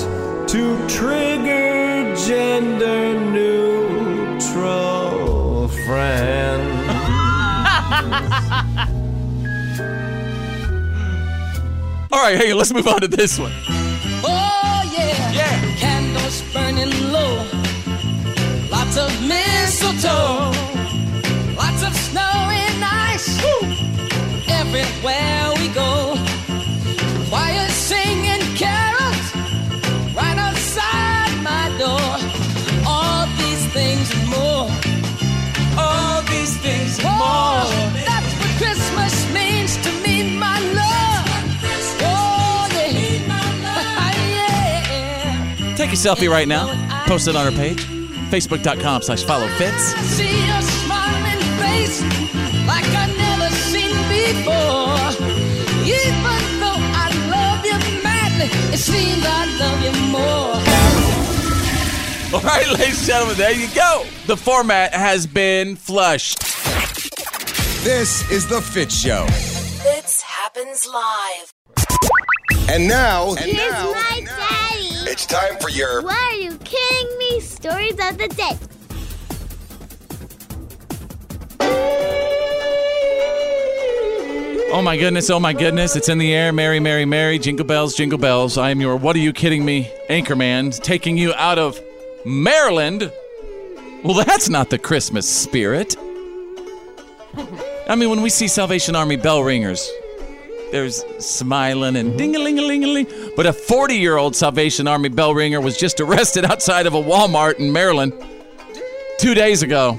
to trigger gender neutral friends. All right, hey, let's move on to this one. Oh, yeah. Yeah. Candles burning low. Lots of mistletoe. Lots of snow and ice. Everywhere we go. Choir singing carols right outside my door. All these things and more. All these things and more. Oh, That's what Christmas means to me, my love. Oh, yeah. yeah. Take a selfie right now. Post it on our page. Facebook.com slash follow fits. See a smiling face like I never seen before. Even though I love you madly, it seems I love you more. All right, ladies and gentlemen, there you go. The format has been flushed. This is the Fit Show. Fits happens live. And now, and Here's now, my daddy. it's time for your Why are you kidding me? Stories of the day. Oh my goodness, oh my goodness, it's in the air. Mary, Mary, Mary, jingle bells, jingle bells. I am your What Are You Kidding Me anchorman, taking you out of Maryland. Well, that's not the Christmas spirit. I mean, when we see Salvation Army bell ringers, there's smiling and ding a ling a ling a ling. But a 40 year old Salvation Army bell ringer was just arrested outside of a Walmart in Maryland two days ago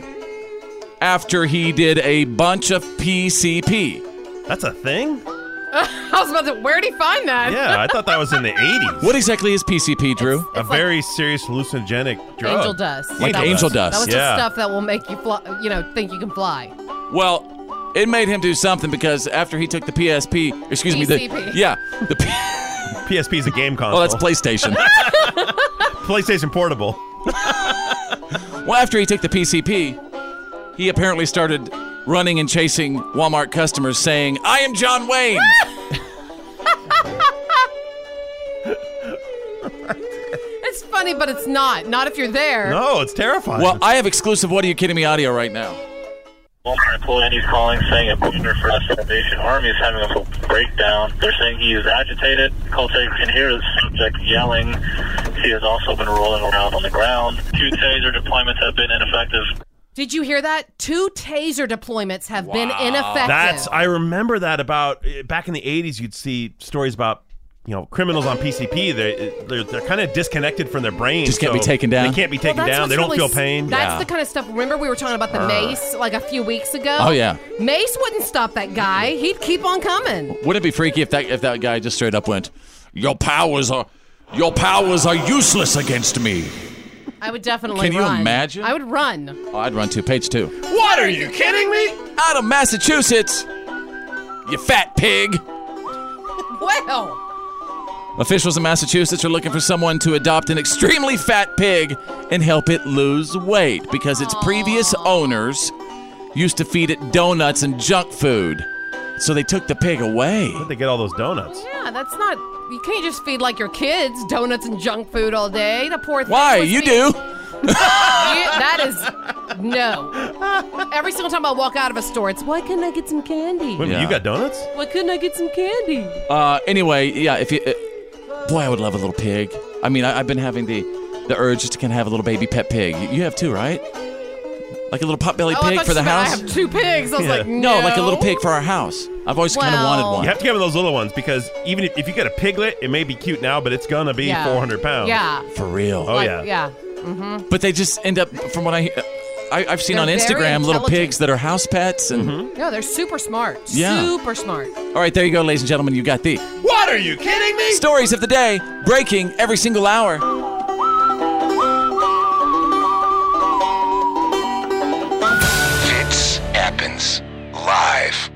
after he did a bunch of PCP. That's a thing? I was about to. Where'd he find that? Yeah, I thought that was in the 80s. What exactly is PCP, Drew? a very serious hallucinogenic drug. Angel dust. Like That was- angel dust. That was Yeah. the stuff that will make you fly, you know, think you can fly. Well, it made him do something because after he took the PSP, excuse me, the PCP. yeah, the P- PSP is a game console. Oh, that's PlayStation. PlayStation Portable. well, after he took the PCP, he apparently started running and chasing Walmart customers, saying, "I am John Wayne." It's funny, but it's not. Not if you're there. it's terrifying. Well, I have exclusive. What are you kidding me? Audio right now. Walmart employee and he's calling saying a prisoner for the Salvation Army is having a full breakdown. They're saying he is agitated. Call takers can hear the subject yelling. He has also been rolling around on the ground. Two taser deployments have been ineffective. Did you hear that? Two taser deployments have been ineffective. That's I remember that about eh, back in the 80s you'd see stories about you know criminals on PCP they eh, they're, they're kind of disconnected from their brain Just can't be so taken down? They can't be Well, taken Well, that's down. They what's don't really feel s- pain. That's the kind of stuff. Remember, we were talking about the Uh. mace like a few weeks ago. Oh, yeah. Mace wouldn't stop that guy. He'd keep on coming. Wouldn't it be freaky if that if that guy just straight up went, "Your powers are, your powers are useless against me." I would definitely. Can you run. imagine? I would run. Oh, I'd run to page two. What are you kidding me? Out of Massachusetts, you fat pig. Well, Officials in Massachusetts are looking for someone to adopt an extremely fat pig and help it lose weight because its previous owners used to feed it donuts and junk food. So they took the pig away. Where'd they get all those donuts? yeah, that's not. You can't just feed like your kids donuts and junk food all day. The poor thing. Why? was You feed- do. You- that is no. Every single time I walk out of a store, it's why couldn't I get some candy? Wait, you got donuts? Why couldn't I get some candy? Uh, anyway, yeah, if you. Uh, boy, I would love a little pig. I mean, I, I've been having the, the urge just to kind of have a little baby pet pig. You, you have two, right? Like a little potbelly oh, I pig thought for you the meant I house? have two pigs. I was like, no, like a little pig for our house. I've always kind of wanted one. You have to get one of those little ones because even if, if you get a piglet, it may be cute now, but it's gonna be Yeah. 400 pounds. Yeah. For real. Oh Like, yeah. Yeah. Mm-hmm. But they just end up, from what I, I I've seen They're on very Instagram, little intelligent. pigs that are house pets. And No, they're super smart. Yeah. Super smart. All right, there you go, ladies and gentlemen. You got the What are you kidding me? stories of the day breaking every single hour. Fits happens live.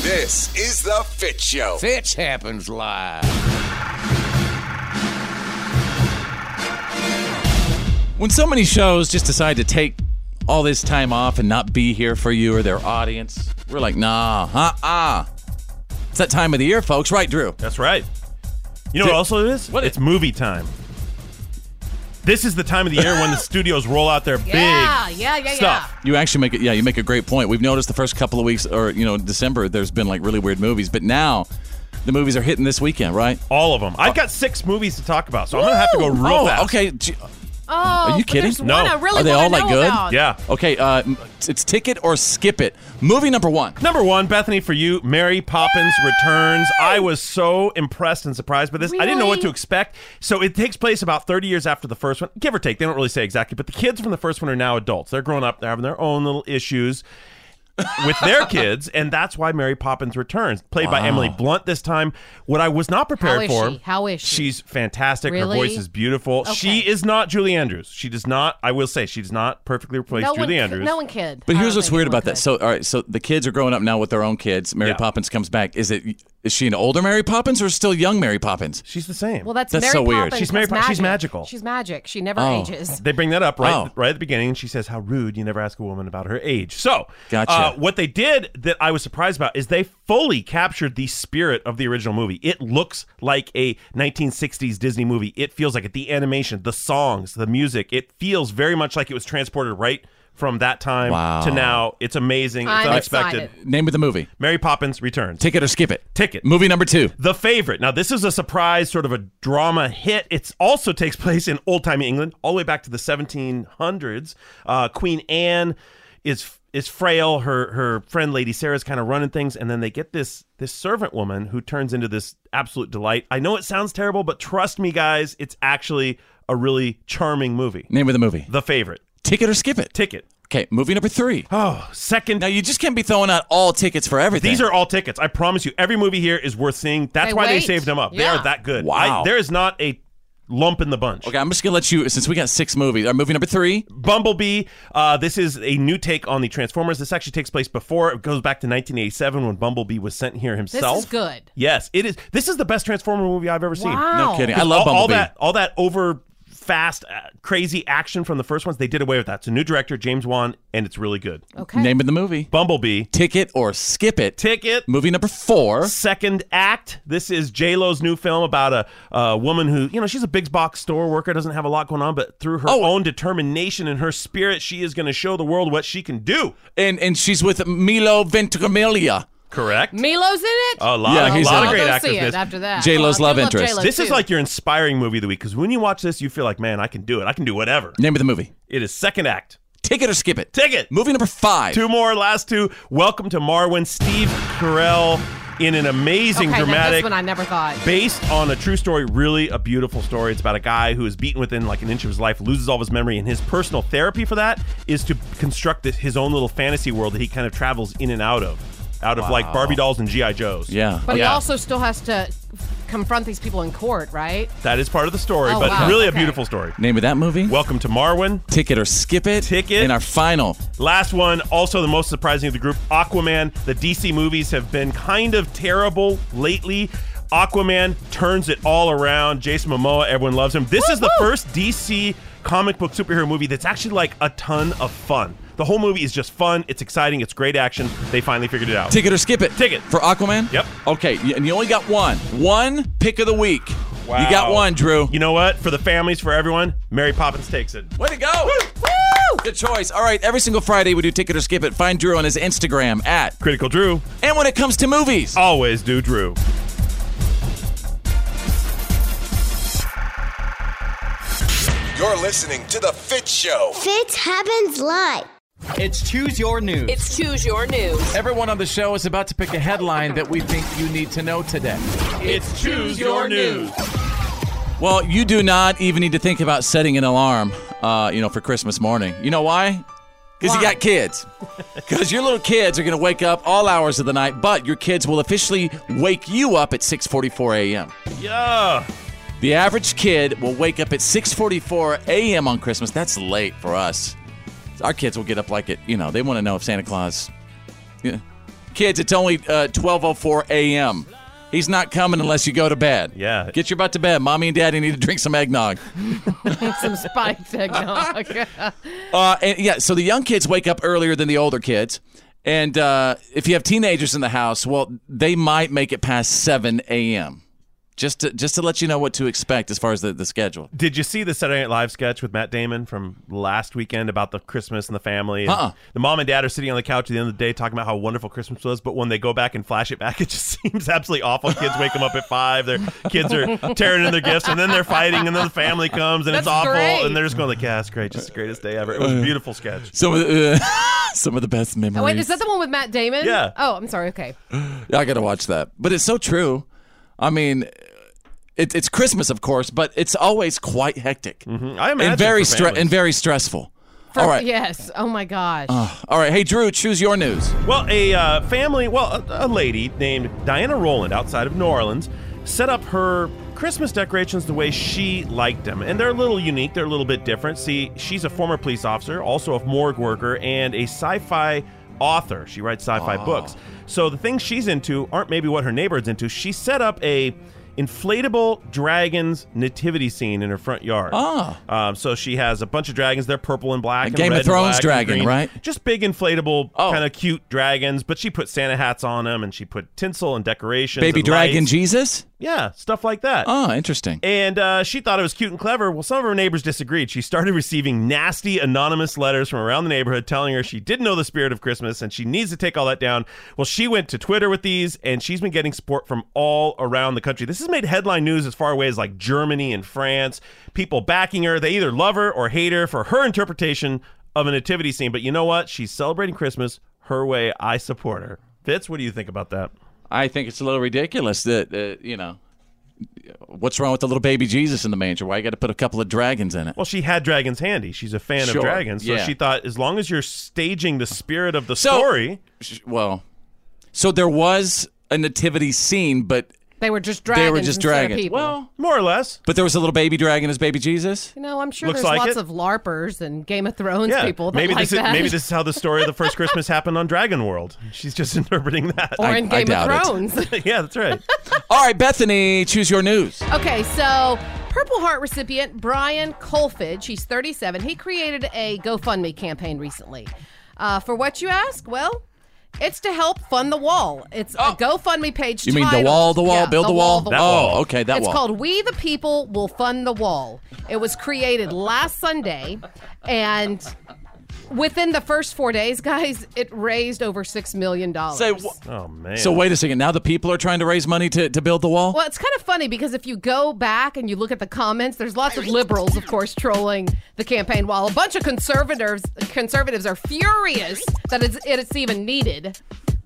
This is the Fit Show. Fitch happens live. When so many shows just decide to take all this time off and not be here for you or their audience, we're like, nah, uh uh. It's that time of the year, folks. Right, Drew? That's right. You know what also it is? it's movie time. This is the time of the year when the studios roll out their Yeah, big yeah, yeah, stuff. You actually make it. Yeah, you make a great point. We've noticed the first couple of weeks, or you know, December, there's been like really weird movies, but now the movies are hitting this weekend, right? All of them. I've got six movies to talk about, so I'm gonna have to go real oh, fast. Okay. G- Oh, Are you but kidding? There's One I really Are they wanna all like know good? About. Ah. Yeah. Okay. Uh, m- it's ticket or skip it. Movie number one. Number one, Bethany, for you, Mary Poppins Returns. I was so impressed and surprised by this. I didn't know what to expect. So it takes place about 30 years after the first one, give or take. They don't really say exactly, but the kids from the first one are now adults. They're grown up, they're having their own little issues with their kids, and that's why Mary Poppins Returns, played by Wow. Emily Blunt this time. What I was not prepared is for. she? How is she? She's fantastic. Really? Her voice is beautiful. She is not Julie Andrews. She does not, I will say, she does not perfectly replace No one, Julie could- Andrews. No one could. But here's what's weird about that. So, all right, so the kids are growing up now with their own kids. Mary Poppins comes back. Is it? Is she an older Mary Poppins or still young Mary Poppins? She's the same. Well, that's, that's Mary so weird. Poppins She's Mary plus Pop- she's magic. magical. She's magic. She never Oh. ages. They bring that up right, Oh. right at the beginning, and she says how rude you never ask a woman about her age. So, Gotcha. uh, what they did that I was surprised about is they fully captured the spirit of the original movie. It looks like a 1960s Disney movie. It feels like it. The animation, the songs, the music. It feels very much like it was transported right from that time Wow. to now. It's amazing. It's I'm unexpected. Name of the movie. Mary Poppins Returns. Ticket or skip it. Ticket. Movie number two. The Favorite. Now, this is a surprise, sort of a drama hit. It also takes place in old timey England, all the way back to the 1700s. Uh, Queen Anne is is frail. Her her friend Lady Sarah's kind of running things, and then they get this this servant woman who turns into this absolute delight. I know it sounds terrible, but trust me, guys, it's actually a really charming movie. Name of the movie. The Favorite. Ticket or skip it. Ticket. Okay, movie number three. Oh, second. Now you just can't be throwing out all tickets for everything. These are all tickets. I promise you, every movie here is worth seeing. That's They why they wait. saved them up. They Yeah. are that good. Wow. I- there is not a lump in the bunch. Okay, I'm just gonna let you since we got six movies. Our movie number three. Bumblebee. Uh, this is a new take on the Transformers. This actually takes place before it goes back to 1987 when Bumblebee was sent here This himself. is good. Yes, it is. This is the best Transformer movie I've ever seen. Wow. No kidding. I love all, all Bumblebee. that all that over fast uh, crazy action from the first ones. They did away with that. It's a new director, James Wan, and it's really good. Name of the movie. Bumblebee. Ticket or skip it. Ticket. Movie number four. Second act. This is J Lo's new film about a, a woman who, you know, she's a big box store worker, doesn't have a lot going on, but through her Oh. own determination and her spirit, she is going to show the world what she can do. And and she's with Milo Ventimiglia. Correct. Milo's in it. A lot, Yeah, of, he's a lot in of it. great I'll go actors. see Oh, in it this. after that. J-Lo's Well, I love do interest. J-Lo, This is too. like your inspiring movie of the week because when you watch this, you feel like, man, I can do it. I can do whatever. Name of the movie. It is second act. Ticket or skip it. Ticket. Movie number five. Two more, last two. Welcome to Marwin. Steve Carell in an amazing okay, now dramatic this one I never thought. based on a true story, really a beautiful story. It's about a guy who is beaten within like an inch of his life, loses all of his memory, and his personal therapy for that is to construct this, his own little fantasy world that he kind of travels in and out of, out of like Wow. Barbie dolls and GI Joes. Yeah, But he also still has to confront these people in court, right? that is part of the story, Oh, but wow, really a okay. beautiful story. Name of that movie. Welcome to Marwin. Ticket or skip it. Ticket. And our final. Last one, also the most surprising of the group, Aquaman. The DC movies have been kind of terrible lately. Aquaman turns it all around. Jason Momoa, everyone loves him. This is the first DC comic book superhero movie that's actually like a ton of fun. The whole movie is just fun. It's exciting. It's great action. They finally figured it out. Ticket or skip it. Ticket. For Aquaman? Yep. Okay, y- and you only got one. One pick of the week. Wow. You got one, Drew. You know what? For the families, for everyone, Mary Poppins takes it. Way to go! Good choice. All right, every single Friday we do Ticket or Skip It. Find Drew on his Instagram at Critical Drew. And when it comes to movies, always do Drew. You're listening to The Fit Show. Fitz happens live. It's Choose Your News. It's Choose Your News. Everyone on the show is about to pick a headline that we think you need to know today. It's Choose Your News. Well, you do not even need to think about setting an alarm, uh, you know, for Christmas morning. You know why? Because you Why? got kids. Because your little kids are going to wake up all hours of the night, but your kids will officially wake you up at 6:44 a.m. Yeah. The average kid will wake up at 6:44 a.m. on Christmas. That's late for us. Our kids will get up like it. You know, they want to know if Santa Claus. Yeah. Kids, it's only uh, 12:04 a.m. He's not coming unless you go to bed. Yeah. Get your butt to bed. Mommy and Daddy need to drink some eggnog. Some spiked eggnog. Uh, and yeah, so the young kids wake up earlier than the older kids. And uh, if you have teenagers in the house, well, they might make it past 7 a.m. Just to, just to let you know what to expect as far as the, the schedule. Did you see the Saturday Night Live sketch with Matt Damon from last weekend about the Christmas and the family? And Uh-uh. The mom and dad are sitting on the couch at the end of the day talking about how wonderful Christmas was, but when they go back and flash it back, it just seems absolutely awful. Kids wake them up at five, their kids are tearing in their gifts, and then they're fighting, and then the family comes, and it's That's awful, great. and they're just going like, "Yeah, it's great, just the greatest day ever." It Uh, was a beautiful sketch. Some of the, uh, some of the best memories. Oh, wait, is that the one with Matt Damon? Yeah. Oh, I'm sorry. Okay. Yeah, I got to watch that. But it's so true. I mean, it, it's Christmas, of course, but it's always quite hectic. Mm-hmm. I and imagine very for stre- families. and very stressful. For- All right. Yes. Oh my gosh. Uh, all right. Hey, Drew, choose your news. Well, a uh, family, well, a, a lady named Diana Rowland outside of New Orleans set up her Christmas decorations the way she liked them. And they're a little unique, they're a little bit different. See, she's a former police officer, also a morgue worker, and a sci fi author. She writes sci fi Ah. books. So the things she's into aren't maybe what her neighbor's into. She set up a inflatable dragons nativity scene in her front yard. Ah. Um, so she has a bunch of dragons. They're purple and black. A and Game of red and Thrones black and dragon, green. right? Oh. Just big inflatable, kind of cute dragons. But she put Santa hats on them, and she put tinsel and decorations. Baby and Dragon lights. Jesus? Yeah, stuff like that. Oh, interesting. And uh, she thought it was cute and clever. Well, some of her neighbors disagreed. She started receiving nasty anonymous letters from around the neighborhood telling her she didn't know the spirit of Christmas and she needs to take all that down. Well, she went to Twitter with these and she's been getting support from all around the country. This has made headline news as far away as like Germany and France. People backing her. They either love her or hate her for her interpretation of a nativity scene. But you know what? She's celebrating Christmas her way. I support her. Fitz, what do you think about that? I think it's a little ridiculous that uh, you know what's wrong with the little baby Jesus in the manger? Why you got to put a couple of dragons in it? Well, she had dragons handy. She's a fan Sure, of dragons, so yeah. she thought as long as you're staging the spirit of the So- story, Sh- Well, so there was a nativity scene, but They were just dragons. they were just instead of dragons. people. Well, more or less. but there was a little baby dragon as baby Jesus. You know, I'm sure Looks like there's lots it. of LARPers and Game of Thrones yeah, people that maybe like this is, that. maybe this is how the story of the first Christmas happened on Dragon World. She's just interpreting that. or in Game of Thrones. yeah, that's right. All right, Bethany, choose your news. Okay, so Purple Heart recipient Brian Colfidge, he's 37. He created a GoFundMe campaign recently. Uh, for what you ask? Well, it's to help fund the wall. It's a GoFundMe page. You mean the titled- wall, the wall, Yeah, build the, wall? the Oh, okay, Oh. that it's wall. called We the People Will Fund the Wall. It was created last Sunday, and within the first four days, guys, it raised over six million dollars. Say wha- Oh man. So wait a second. Now the people are trying to raise money to, to build the wall. Well, it's kind of funny because if you go back and you look at the comments, there's lots of liberals, of course, trolling the campaign, while a bunch of conservatives conservatives are furious that it's, it's even needed.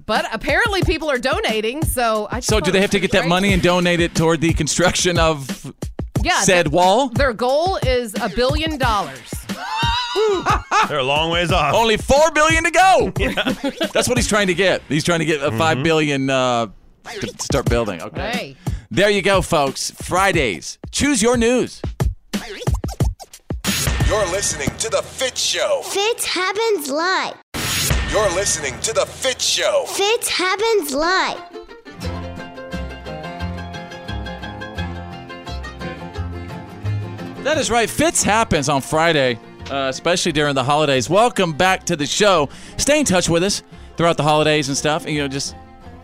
But apparently, people are donating, so I. Just So do thought they it have to was get that great. money and donate it toward the construction of Yeah, said their- wall? Their goal is a billion dollars. They're a long ways off. Only four billion to go. That's what he's trying to get. He's trying to get a five billion uh, to start building. Okay. Hey, There you go, folks. Fridays. Choose your news. You're listening to The Fit Show. Fitz happens live. You're listening to The Fit Show. Fitz happens live. That is right. Fitz happens on Friday, uh, especially during the holidays. Welcome back to the show. Stay in touch with us throughout the holidays and stuff. And, you know, just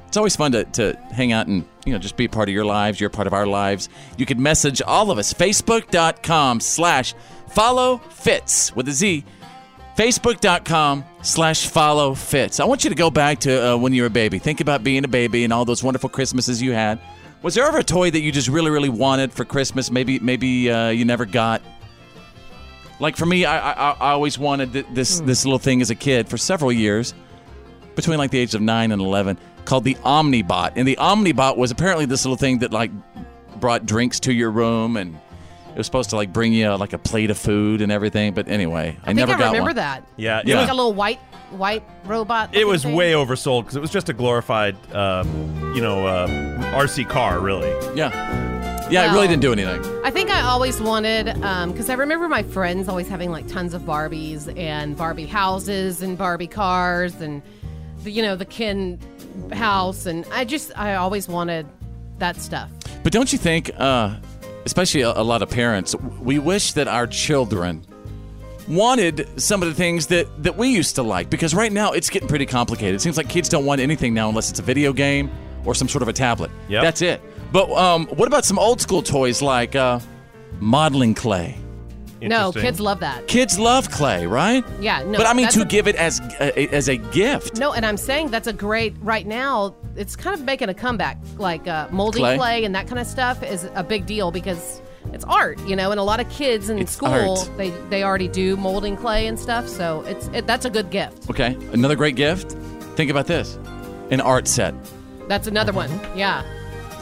it's always fun to, to hang out and you know just be a part of your lives. You're a part of our lives. You can message all of us. Facebook.com slash follow Fitz with a Z. Facebook.com slash follow Fitz. I want you to go back to uh, when you were a baby. Think about being a baby and all those wonderful Christmases you had. Was there ever a toy that you just really, really wanted for Christmas? Maybe, maybe uh, you never got. Like for me, I, I, I always wanted th- this Hmm. this little thing as a kid for several years, between like the ages of nine and eleven, called the Omnibot. And the Omnibot was apparently this little thing that like brought drinks to your room, and it was supposed to like bring you like a plate of food and everything. But anyway, I, I think never I got remember one. that. Yeah, It's it like was- a little white white robot. It looking was thing. way oversold because it was just a glorified, uh, you know, uh, RC car, really. Yeah, yeah, it really Well- didn't do anything. I think I always wanted, because I remember my friends always having like tons of Barbies and Barbie houses and Barbie cars and, the, you know, the Ken house. And I just, I always wanted that stuff. But don't you think, uh, especially a, a lot of parents, we wish that our children wanted some of the things that, that we used to like? Because right now it's getting pretty complicated. It seems like kids don't want anything now unless it's a video game or some sort of a tablet. Yeah, That's it. But um, what about some old school toys like uh, modeling clay? No, kids love that. Kids love clay, right? Yeah, no, But I mean that's to a- give it as a, as a gift. No, and I'm saying that's a great, right now, it's kind of making a comeback. Like uh, moldy Clay. clay. and that kind of stuff is a big deal because. It's art, you know, and a lot of kids in It's school art. they they already do molding clay and stuff, so it's it, that's a good gift. Okay, another great gift. Think about this, an art set. That's another one. Yeah.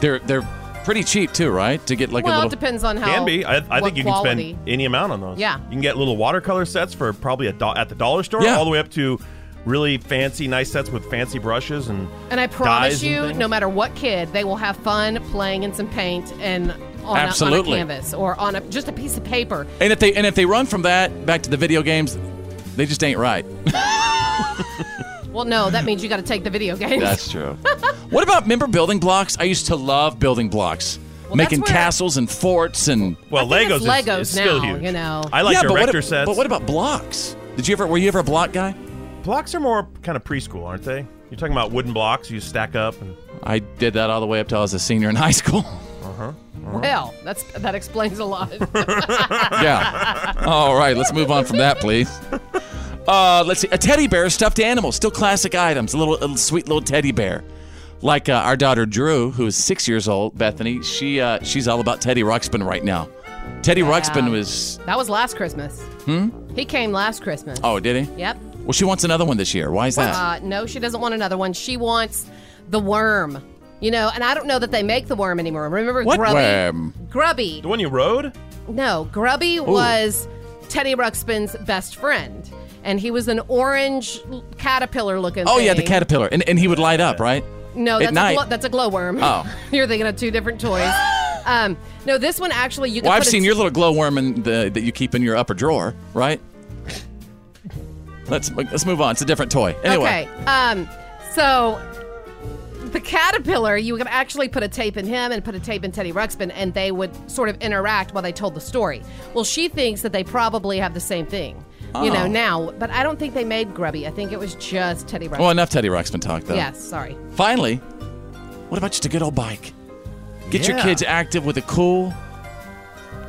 They're they're pretty cheap too, right? To get like well, a little. it depends on how. Can be. I, I what think you can quality. spend any amount on those. Yeah. You can get little watercolor sets for probably a do- at the dollar store, Yeah. all the way up to really fancy, nice sets with fancy brushes and. And I dyes promise and you, things. no matter what kid, they will have fun playing in some paint and on, Absolutely. A, on a canvas or on a, just a piece of paper. And if they and if they run from that back to the video games, they just ain't right. Well, no, that means you got to take the video game. true. what about member building blocks? I used to love building blocks, that's making where- castles and forts and. Well, Legos, it's is, Legos is still now, huge. you know. I like yeah, but director what, sets. But what about blocks? Did you ever? Were you ever a block guy? blocks are more kind of preschool, aren't they? You're talking about wooden blocks you stack up. And, I did that all the way up till I was a senior in high school. oh, huh. Well, that's that explains a lot. yeah. All right, let's move on from that, please. Uh, let's see. A teddy bear, stuffed animal, still classic items. A little, a little sweet little teddy bear. Like uh, our daughter Drew, who is six years old, Bethany. She uh, she's all about Teddy Ruxpin right now. Teddy Ruxpin was. that was last Christmas. Hmm. He came last Christmas. Oh, did he? Yep. Well, she wants another one this year. Why is that? Uh, no, she doesn't want another one. She wants the worm. You know, and I don't know that they make the worm anymore. Remember what Grubby? worm? Grubby. The one you rode? No, Grubby was Teddy Ruxpin's best friend. And he was an orange caterpillar looking Oh yeah, the thing. caterpillar, and, and he would light up, right? No, At that's night. a, glo- that's a glowworm. Oh. You're thinking of two different toys. Um, no, this one actually you can well, I've put a seen your little glowworm in the, that you keep in your upper drawer, right? let's let's move on. It's a different toy. Anyway, Okay. Um, so the caterpillar, you could actually put a tape in him and put a tape in Teddy Ruxpin, and they would sort of interact while they told the story. Well, she thinks that they probably have the same thing, you Oh. know, now. But I don't think they made Grubby. I think it was just Teddy Ruxpin. well, Oh, enough Teddy Ruxpin talk though. Yes, sorry. Finally, what about just a good old bike? Get your Yeah. kids active with a cool,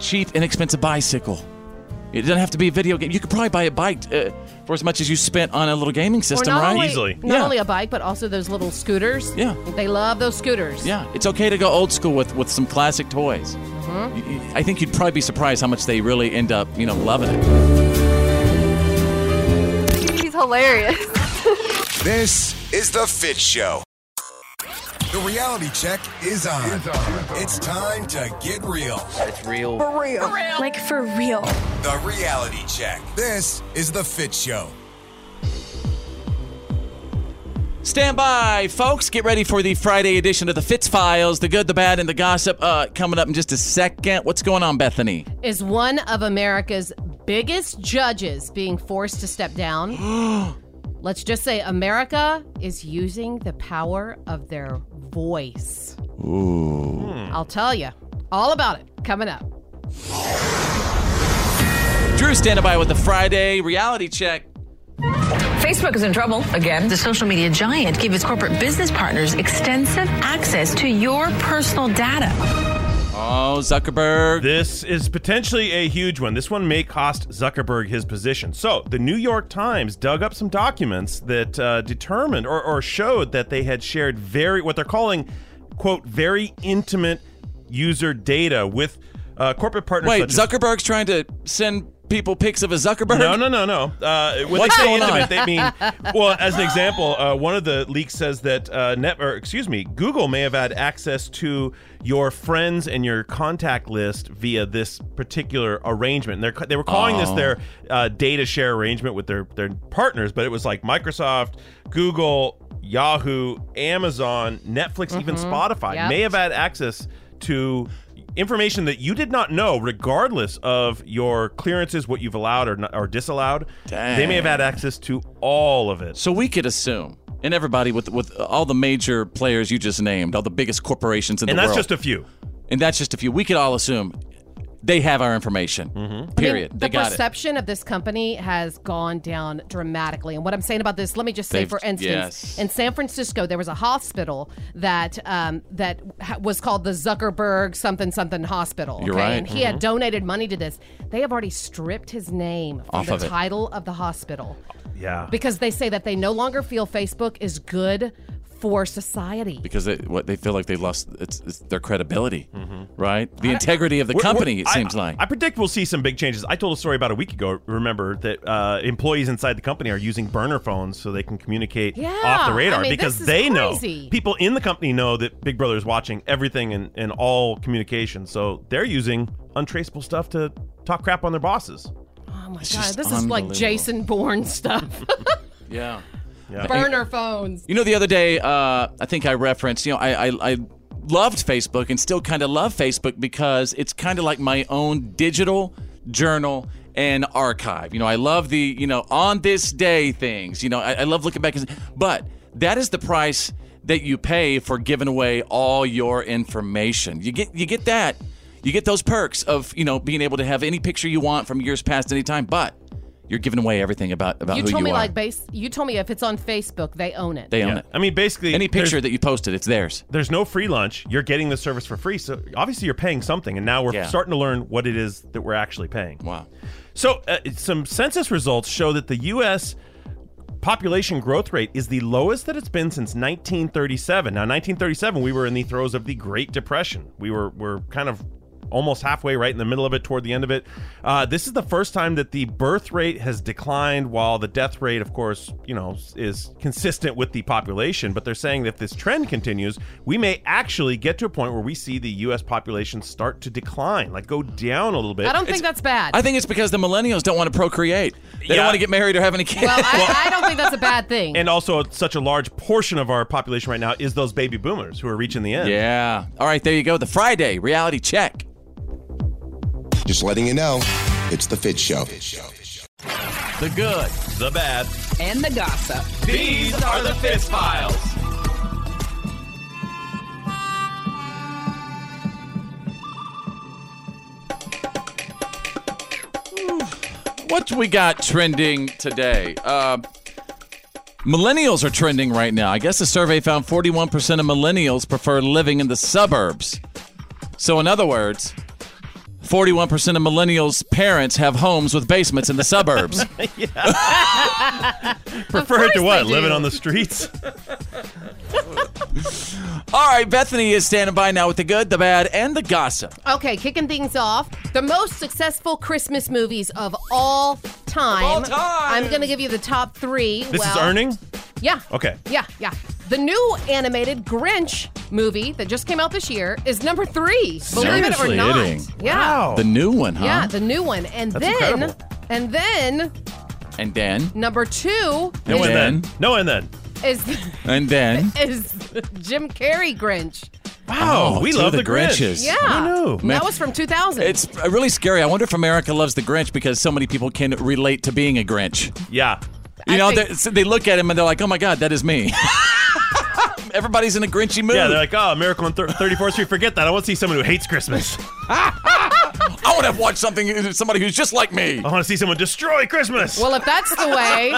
cheap, inexpensive bicycle. It doesn't have to be a video game. You could probably buy a bike uh, for as much as you spent on a little gaming Or system, not right? Only, Not only a bike, but also those little scooters. Yeah. They love those scooters. Yeah, it's okay to go old school with, with some classic toys. Mhm. Y- y- I think you'd probably be surprised how much they really end up, you know, loving it. He's hilarious. This is The Fit Show. The reality check is on. It's, time to get real. It's real. For real. Like for real. The reality check. This is The Fit Show. Stand by, folks. Get ready for the Friday edition of the Fitz Files, the good, the bad, and the gossip. Uh, coming up in just a second. What's going on, Bethany? Is one of America's biggest judges being forced to step down? Let's just say America is using the power of their voice. Ooh. I'll tell you all about it coming up. Drew standing by with the Friday reality check. Facebook is in trouble again. The social media giant gave its corporate business partners extensive access to your personal data. Oh, Zuckerberg. This is potentially a huge one. This one may cost Zuckerberg his position. So, the New York Times dug up some documents that uh, determined or, or showed that they had shared very, what they're calling, quote, very intimate user data with uh, corporate partners. Wait, such as- Zuckerberg's trying to send people pics of a Zuckerberg? No, no, no, no. Uh, when What's they say going on? intimate, they mean well. As an example, uh, one of the leaks says that uh, net, or excuse me, Google may have had access to your friends and your contact list via this particular arrangement. And they're ca- they were calling this Oh. their uh, data share arrangement with their their partners, but it was like Microsoft, Google, Yahoo, Amazon, Netflix, even Mm-hmm. Mhm. Spotify Yep. may have had access to information that you did not know, regardless of your clearances, what you've allowed or, not, or disallowed. They may have had access to all of it. So we could assume, and everybody with with all the major players you just named, all the biggest corporations in And the that's world, just a few. and that's just a few. We could all assume they have our information. Mm-hmm. Period. I mean, they the got perception of this company has gone down dramatically. And what I'm saying about this, let me just say, They've- for instance, yes. in San Francisco, there was a hospital that um, that ha- was called the Zuckerberg something something hospital. You're okay? right. And he had Mhm. donated money to this. They have already stripped his name from Off the of it. title of the hospital Yeah. because they say that they no longer feel Facebook is good for society. it because they what they feel like they lost it's, it's their credibility, right? The integrity of the Mm-hmm. We're- we're- company. it I- seems like. I predict we'll see some big changes. I told a story about a week ago. Remember that uh, employees inside the company are using burner phones so they can communicate Yeah, off the radar I mean, because this is they crazy. know people in the company know that Big Brother is watching everything and, and all communication. So they're using untraceable stuff to talk crap on their bosses. Oh my just god, this is like unbelievable. Jason Bourne stuff. yeah. Burner phones. You know, the other day, uh, I think I referenced, you know, I, I, I loved Facebook and still kind of love Facebook because it's kind of like my own digital journal and archive. You know, I love the, you know, on this day things. You know, I, I love looking back. and- But that is the price that you pay for giving away all your information. You get, you get that. You get those perks of, you know, being able to have any picture you want from years past any time. But you're giving away everything about about you who told you me are. like base. You told me if it's on Facebook, they own it. they own it. I mean, basically, any picture that you posted, it's theirs. There's no free lunch. You're getting the service for free. So obviously, you're paying something. And now we're Yeah. starting to learn what it is that we're actually paying. Wow. So, uh, some census results show that the U.S. population growth rate is the lowest that it's been since 1937. Now, 1937, we were in the throes of the Great Depression. We were we're kind of almost halfway, right in the middle of it, toward the end of it. Uh, this is the first time that the birth rate has declined, while the death rate, of course, you know, is consistent with the population. But they're saying that if this trend continues, we may actually get to a point where we see the U.S. population start to decline, like go down a little bit. I don't think that's bad. I think it's because the millennials don't want to procreate. They don't want to get married or have any kids. well, I, I don't think that's a bad thing. And also, such a large portion of our population right now is those baby boomers who are reaching the end. Yeah. All right, there you go. The Friday reality check. Just letting you know, it's the Fit Show. The good, the bad, And the gossip. These are the Fitz Files. What we got trending today? Uh, millennials are trending right now. I guess a survey found 41% of millennials prefer living in the suburbs. So, in other words, 41% of millennials' parents have homes with basements in the suburbs. Preferred to what? Living on the streets? All right, Bethany is standing by now with the good, the bad, and the gossip. Okay, kicking things off. The most successful Christmas movies of all time. all time. I'm going to give you the top three. This is Well, earning? Yeah. Okay. Yeah, yeah. The new animated Grinch movie that just came out this year is number three. Believe it or Seriously, not. kidding. Yeah. Oh. The new one, huh? Yeah, the new one. And That's then incredible. and then and then. number two No and then. No and then. is And then. is Jim Carrey Grinch. Wow, we two love of the Grinch. Oh, Grinches. Yeah. And Man. That was from 2000. It's really scary. I wonder if America loves the Grinch because so many people can relate to being a Grinch. Yeah. You know, they're- so they look at him and they're like, oh my God, that is me. Everybody's in a Grinchy mood. Yeah, they're like, oh, Miracle on Thir- 34th Street. Forget that. I want to see someone who hates Christmas. I want to watch something, uh, somebody who's just like me. I want to see someone destroy Christmas. Well, if that's the way,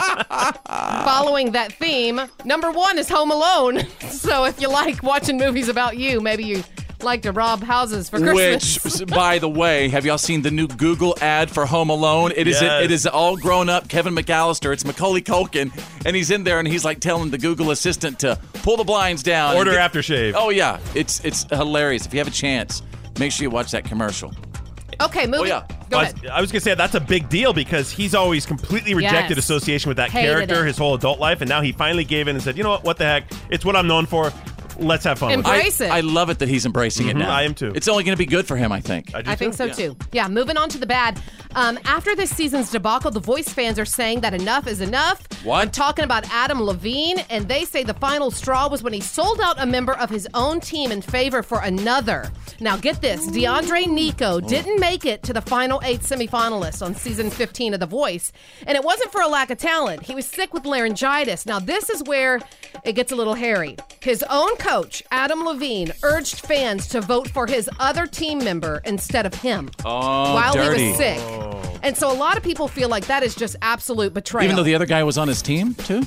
following that theme, number one is Home Alone. So if you like watching movies about you, maybe you like to rob houses for Christmas. Which, by the way, have y'all seen the new Google ad for Home Alone? It is Yes. it is all grown up Kevin McAllister. It's Macaulay Culkin, and he's in there and he's like telling the Google assistant to pull the blinds down, and Order get- aftershave. Oh yeah, it's it's hilarious. If you have a chance, make sure you watch that commercial. okay, movie. Oh, yeah. Go I ahead. was, I was gonna say that's a big deal because he's always completely rejected Yes. association with that Hated character it. his whole adult life, and now he finally gave in and said, "You know what? What the heck? It's what I'm known for. Let's have fun." with it." Embrace I, it. I love it that he's embracing Mhm, it now. I am too. It's only going to be good for him, I think. I think so too. Yeah, moving on to the bad. Um, after this season's debacle, the voice fans are saying that enough is enough. What? I'm talking about Adam Levine, and they say the final straw was when he sold out a member of his own team in favor for another. Now, get this DeAndre Nico didn't make it to the final eight semifinalists on season 15 of The Voice, and it wasn't for a lack of talent. He was sick with laryngitis. Now, this is where it gets a little hairy. His own coach, Adam Levine, urged fans to vote for his other team member instead of him Oh, while he dirty. Oh. was sick. And so a lot of people feel like that is just absolute betrayal. Even though the other guy was on his team too.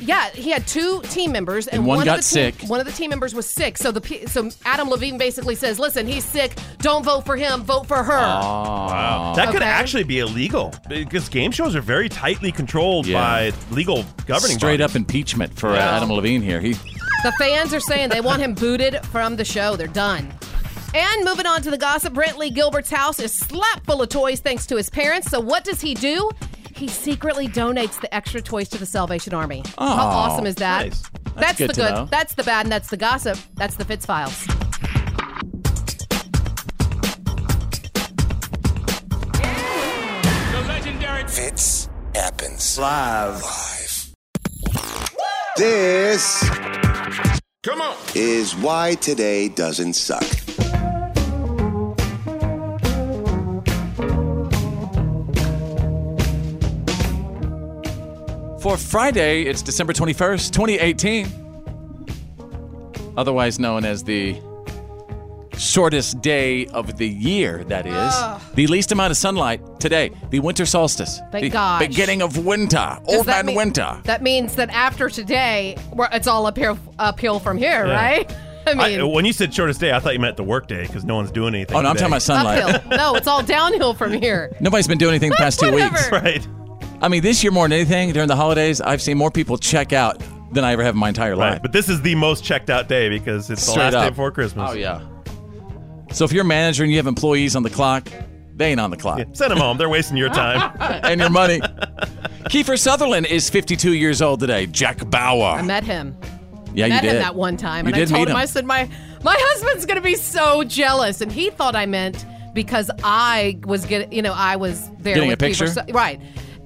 yeah, he had two team members, and, And one of got the team- sick. One of the team members was sick, so the pe- so Adam Levine basically says, "Listen, he's sick. Don't vote for him. Vote for her." Wow. That could Okay. actually be illegal because game shows are very tightly controlled Yeah. by legal governing Straight bodies. up impeachment for uh, Yeah. Adam Levine here. He The fans are saying they want him booted from the show. They're done. And moving on to the gossip, Brentley Gilbert's house is slap full of toys thanks to his parents. So what does he do? He secretly donates the extra toys to the Salvation Army. Oh, How awesome is that? nice. That's the good to know. good. That's the bad, and that's the gossip. That's the Fitz files. Fits happens live. Live. This come on is why today doesn't suck. For Friday, it's December 21st, 2018. Otherwise known as the shortest day of the year, that is. Ugh. The least amount of sunlight today, the winter solstice. Thank the gosh. Beginning of winter. Does Old that man mean- winter. That means that after today, we're, it's all uphill, uphill from here, Yeah. right? I mean, when you said shortest day, I thought you meant the work day because no one's doing anything. Oh, no, I'm talking about sunlight. uphill. no, it's all downhill from here. Nobody's been doing anything the past two weeks. Right. I mean, this year more than anything, during the holidays, I've seen more people check out than I ever have in my entire life. Right, but this is the most checked out day because it's Straight the last up. day before Christmas. Oh, yeah. So if you're a manager and you have employees on the clock, they ain't on the clock. Send them home. They're wasting your time. and your money. Kiefer Sutherland is 52 years old today. Jack Bauer. I met him. yeah, you met did. him that one time, You and I did told meet him. him. I said, "My my husband's gonna be so jealous," and he thought I meant because I was getting, you know, I was there Getting with a Kiefer picture? Su- right?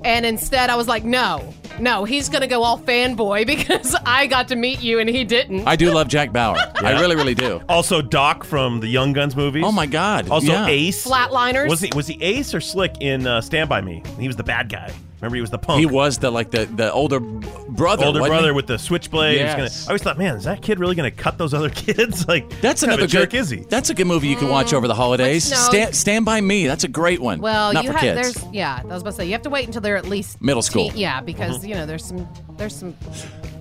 And instead, I was like, "No, no, he's gonna go all fanboy because I got to meet you and he didn't." I do love Jack Bauer. I really, really do. Also, Doc from the Young Guns movies. Oh my God! Also, yeah. Ace. Flatliners. Was he was he Ace or Slick in uh, Stand by Me? He was the bad guy. Remember, he was the punk. He was the like the the older brother. older wasn't brother he? with the switchblade. He was gonna- Yes. I always thought, man, is that kid really going to cut those other kids? Like That's kind of another a jerk, good, is he? That's a good movie you can watch over the holidays. Mm, no. Stand, Stand by Me. That's a great one. Well, not you for have kids. there's yeah. I was about to say you have to wait until they're at least Middle school. teen- yeah, because Mhm. you know there's some there's some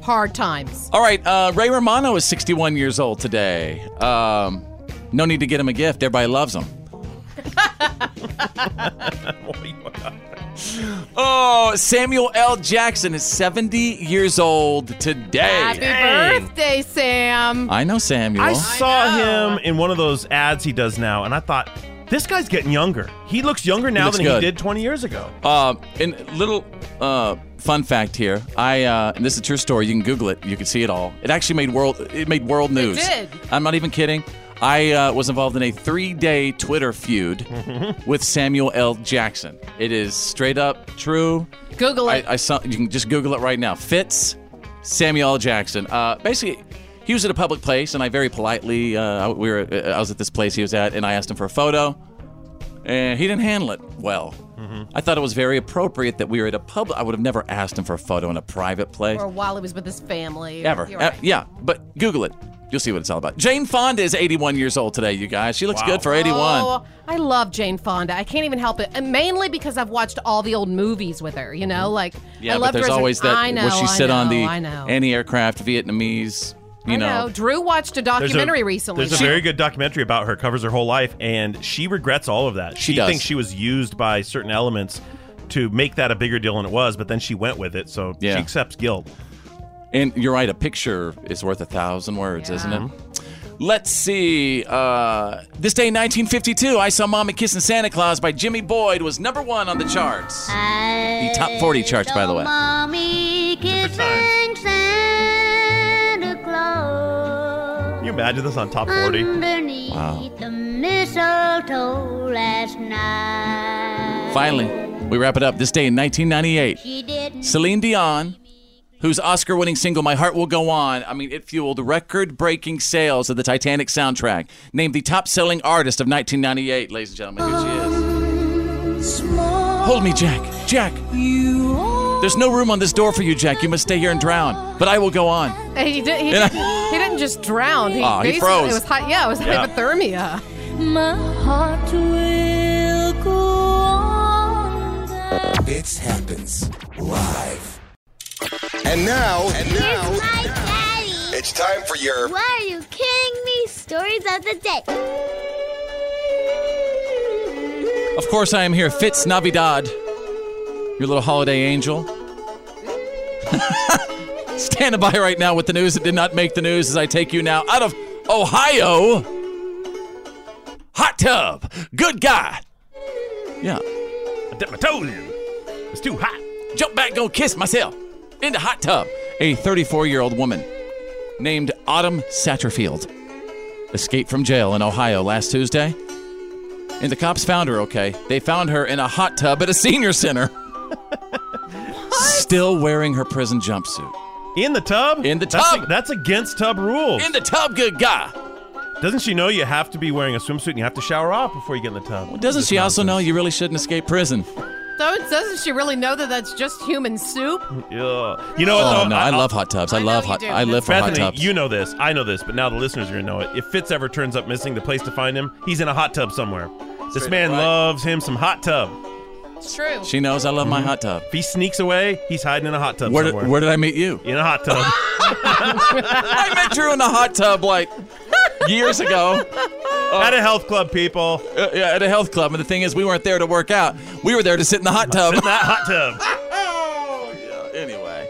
hard times. All right, uh, Ray Romano is 61 years old today. Um, no need to get him a gift. Everybody loves him. oh, Samuel L. Jackson is 70 years old today. Happy Dang. birthday, Sam. Oh, I know Samuel. I saw him in one of those ads he does now, and I thought, this guy's getting younger. He looks younger now looks than good. he did 20 years ago. Uh, and little uh, fun fact here. I uh, and this is a true story. You can Google it. You can see it all. It actually made world. It made world news. did. I'm not even kidding. I uh, was involved in a three-day Twitter feud with Samuel L. Jackson. It is straight up true. Google it. I, I saw. You can just Google it right now. Fitz Samuel L. Jackson. Uh, basically. He was at a public place, and I very politely, uh, we were, I was at this place he was at, and I asked him for a photo and he didn't handle it well. Mm-hmm. I thought it was very appropriate that we were at a pub. I would have never asked him for a photo in a private place Or while he was with his family. ever. You're Uh, right. yeah, but Google it. You'll see what it's all about. Jane Fonda is 81 years old today, you guys. She looks good for 81. Oh, I love Jane Fonda. I can't even help it, and mainly because I've watched all the old movies with her. You know, like Mm-hmm. yeah, I but loved her there's as an- always that I know, where she sit I on the know, I know. anti-aircraft Vietnamese. You I know. Drew watched a documentary there's a, recently. There's a very good documentary about her, covers her whole life, and she regrets all of that. She does. thinks she was used by certain elements to make that a bigger deal than it was, but then she went with it, so Yeah. she accepts guilt. And you're right, a picture is worth a thousand words, isn't it? Let's see. Uh, this day in 1952, I Saw Mama Kissing Santa Claus by Jimmy Boyd was number one on the charts. The top 40 charts, by the way. Mommy kissing Santa Claus Can you imagine this on top 40? Mm. underneath Wow. the mistletoe last night. Finally, we wrap it up. This day in 1998, She didn't Celine Dion, whose Oscar winning single My Heart Will Go On, I mean, it fueled record breaking sales of the Titanic soundtrack, named the top selling artist of 1998, ladies and gentlemen. Here she is. Hold me, Jack. Jack. There's no room on this door for you, Jack. You must stay here and drown. But I will go on. And He, did, he, And I- didn't, he didn't just drown. He, Aw, he basically- froze. It was hy- yeah, it was Yeah. hypothermia. My heart will go on. It happens live. And now, and now, it's time for your Why are you kidding me? Stories of the day. Of course, I am here. Fitz Navidad, your little holiday angel. Standing by right now with the news that did not make the news as I take you now out of Ohio. Hot tub. Good guy. Yeah. I dipped my toes in. It's too hot. Jump back, go kiss myself in the hot tub. A 34 year old woman named Autumn Satterfield escaped from jail in Ohio last Tuesday. And the cops found her, okay? They found her in a hot tub at a senior center. Still wearing her prison jumpsuit. In the tub? In the That's- tub. That's, against tub rules. In the tub, good guy. Doesn't she know you have to be wearing a swimsuit and you have to shower off before you get in the tub? Doesn't she also know you really shouldn't escape prison? Don't, doesn't she really know that that's just human soup? Yeah. You know what? Oh, though? no, I love hot tubs. I, love hot. do. I live for hot Bethany, tubs. You know this. I know this, but now the listeners are gonna know it. If Fitz ever turns up missing, the place to find him, he's in a hot tub somewhere. This Straight up man right. loves him some hot tub. It's true. She knows I love my hot tub. If he sneaks away, he's hiding in a hot tub Where did, somewhere. where did I meet you? In a hot tub. I met Drew in a hot tub like years ago. Oh. uh, at a health club, people. yeah, at a health club. And the thing is, we weren't there to work out. We were there to sit in the hot tub. in that hot tub. Oh, anyway.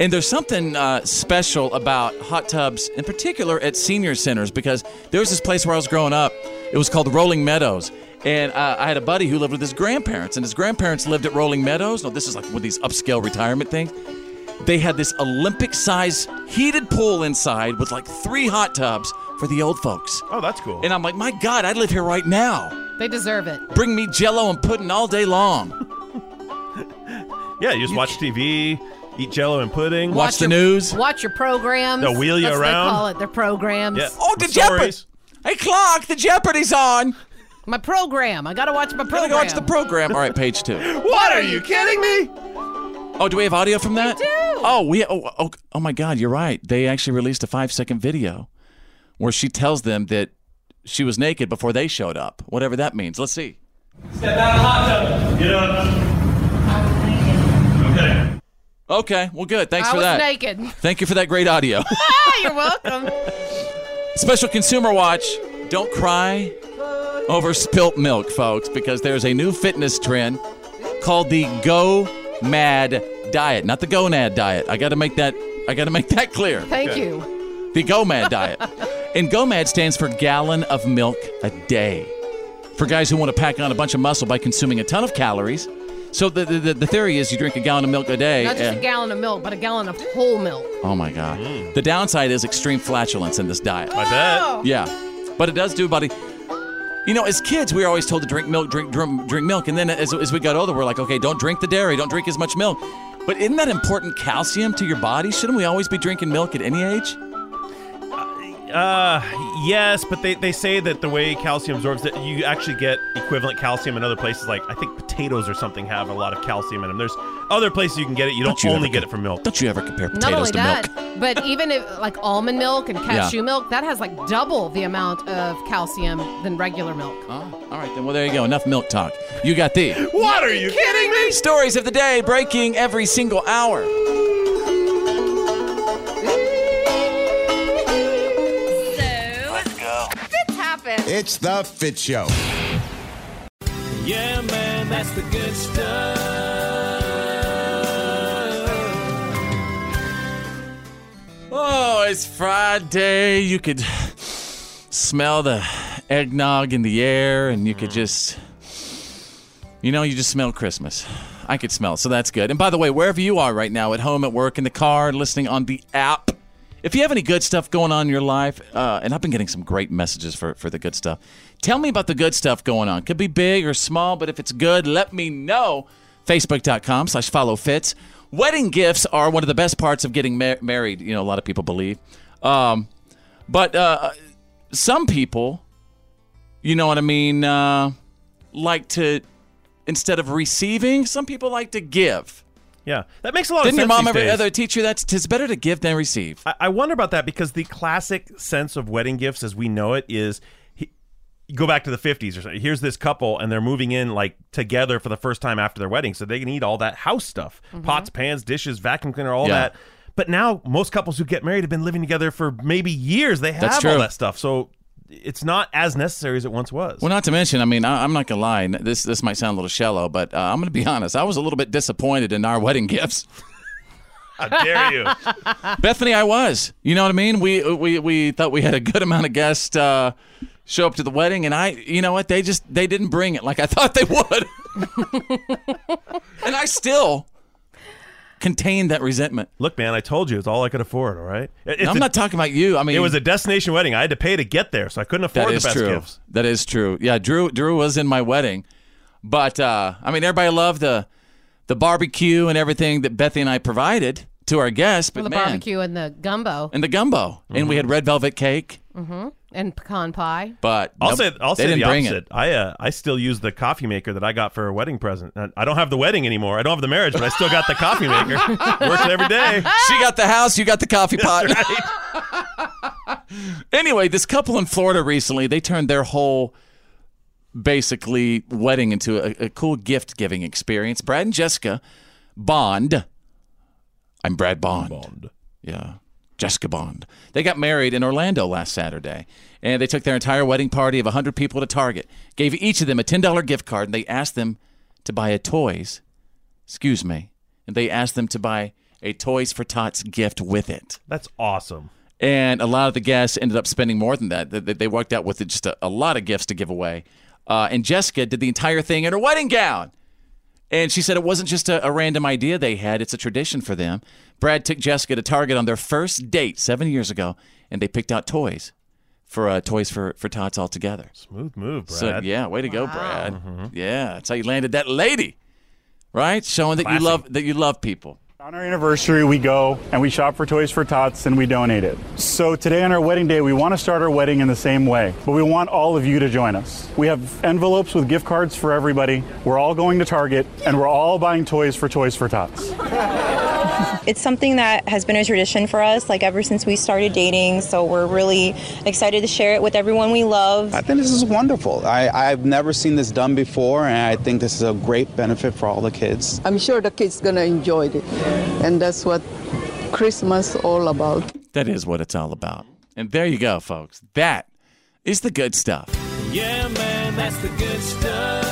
And there's something uh, special about hot tubs, in particular at senior centers, because there was this place where I was growing up. It was called Rolling Meadows. And uh, I had a buddy who lived with his grandparents, and his grandparents lived at Rolling Meadows. No, this is like one of these upscale retirement things. They had this Olympic sized heated pool inside with like three hot tubs for the old folks. Oh, that's cool. And I'm like, my God, I'd live here right now. They deserve it. Bring me jello and pudding all day long. Yeah, you just watch TV, eat Jello and pudding, Watch the news. Watch your programs. They'll wheel you That's what around. They call it their programs. Yeah. Oh, the Jeopardy! Stories. Hey, Clark, the Jeopardy's on. My program. I gotta watch my program. Gotta go watch the program. All right, page two. What are you kidding me? Oh, do we have audio from that? Oh, we. Oh, oh, oh my God, you're right. They actually released a five second video where she tells them that she was naked before they showed up. Whatever that means. Let's see. Step out of the hot tub. Get up. Okay. Okay. Well, good. Thanks I for was that. naked. Ah, Thank you for that great audio. You're welcome. Special consumer watch. Don't cry over spilt milk, folks, because there's a new fitness trend called the Go Mad diet, not the gonad diet. I got to make that. I got to make that clear. Thank you. The GOMAD diet. And GOMAD stands for gallon of milk a day. For guys who want to pack on a bunch of muscle by consuming a ton of calories. So the, the, the theory is you drink a gallon of milk a day. Not just and- a gallon of milk, but a gallon of whole milk. oh my God. The downside is extreme flatulence in this diet. I Uh, bet. Yeah, but it does do body. You know, as kids, we were always told to drink milk, drink, drink, drink milk, and then as, as we got older, we're like, okay, don't drink the dairy, don't drink as much milk. But isn't that important calcium to your body? Shouldn't we always be drinking milk at any age? Uh, yes, but they, they say that the way calcium absorbs that you actually get equivalent calcium in other places. Like I think potatoes or something have a lot of calcium in them. There's other places you can get it. You don't, you ever only get it from milk. Don't you ever compare potatoes Not only to that, milk? but even if, like almond milk and cashew milk, that has like double the amount of calcium than regular milk. Oh, All right, then. Well, there you go. Enough milk talk. You got the What are you kidding me? stories of the day breaking every single hour. Let's go. This happened. It's the Fit Show. Yeah, man, that's the good stuff. Oh, it's Friday. You could smell the eggnog in the air, and you could just, you know, you just smell Christmas. I could smell it, so that's good. And by the way, wherever you are right now, at home, at work, in the car, listening on the app, if you have any good stuff going on in your life, uh, and I've been getting some great messages for, for the good stuff, tell me about the good stuff going on. Could be big or small, but if it's good, let me know. Facebook.com slash follow fits. Wedding gifts are one of the best parts of getting mar- married, you know, a lot of people believe. Um, but uh, some people, you know what I mean, uh, like to, instead of receiving, some people like to give. Yeah, that makes a lot Didn't of your sense. mom these ever, days. ever teach you that? It's better to give than receive. I, I wonder about that because the classic sense of wedding gifts as we know it is he, you go back to the 50s or something. Here's this couple and they're moving in like together for the first time after their wedding. So they can eat all that house stuff pots, pans, dishes, vacuum cleaner, all Mm-hmm. Yeah. that. But now most couples who get married have been living together for maybe years. They That's have all true. that stuff. So it's not as necessary as it once was. Well, not to mention, I mean, I, I'm not gonna lie. n- This this might sound a little shallow, but uh, I'm gonna be honest. I was a little bit disappointed in our wedding gifts, How dare you? Bethany. I was. You know what I mean? We we we thought we had a good amount of guests uh, show up to the wedding, and I, you know what? They just they didn't bring it like I thought they would, and I still contained that resentment. Look, man, I told you it's all I could afford. All right. It- it's I'm a- not talking about you. I mean, it was a destination wedding. I had to pay to get there, so I couldn't afford That the is best true. gifts. That is true. Yeah, Drew Drew was in my wedding, but uh, I mean everybody loved the the barbecue and everything that Bethany and I provided to our guests. But the man, barbecue and the gumbo. Mm-hmm. and the gumbo, and we had red velvet cake. Mm-hmm. And pecan pie. But I'll nope, say I'll they say didn't the bring it. opposite. I uh, I still use the coffee maker that I got for a wedding present. I- I don't have the wedding anymore. I don't have the marriage, but I still got the coffee maker. Works every day. She got the house, you got the coffee pot. anyway, this couple in Florida recently, they turned their whole basically wedding into a, a cool gift giving experience. Brad and Jessica Bond. I'm Brad Bond. Bond. Yeah. Jessica Bond. They got married in Orlando last Saturday, and they took their entire wedding party of 100 people to Target, gave each of them a $10 gift card, and they asked them to buy a toys, excuse me, and they asked them to buy a Toys for Tots gift with it. That's awesome. And a lot of the guests ended up spending more than that. They, they- they worked out with just a, a lot of gifts to give away. Uh, and Jessica did the entire thing in her wedding gown. And she said it wasn't just a, a random idea they had, it's a tradition for them. Brad took Jessica to Target on their first date seven years ago, and they picked out toys for uh, Toys for, for Tots altogether. Smooth move, Brad. Mm-hmm. So, yeah, way to go, Brad. Yeah, that's how you landed that lady, right? Showing that you love that you love people. On our anniversary, we go and we shop for Toys for Tots and we donate it. So today on our wedding day, we want to start our wedding in the same way, but we want all of you to join us. We have envelopes with gift cards for everybody. We're all going to Target and we're all buying toys for Toys for Tots. It's something that has been a tradition for us, like ever since we started dating. So we're really excited to share it with everyone we love. I think this is wonderful. I, I've never seen this done before, and I think this is a great benefit for all the kids. I'm sure the kids gonna enjoy it, and that's what Christmas all about. That is what it's all about. And there you go, folks. That is the good stuff. Yeah, man, that's the good stuff.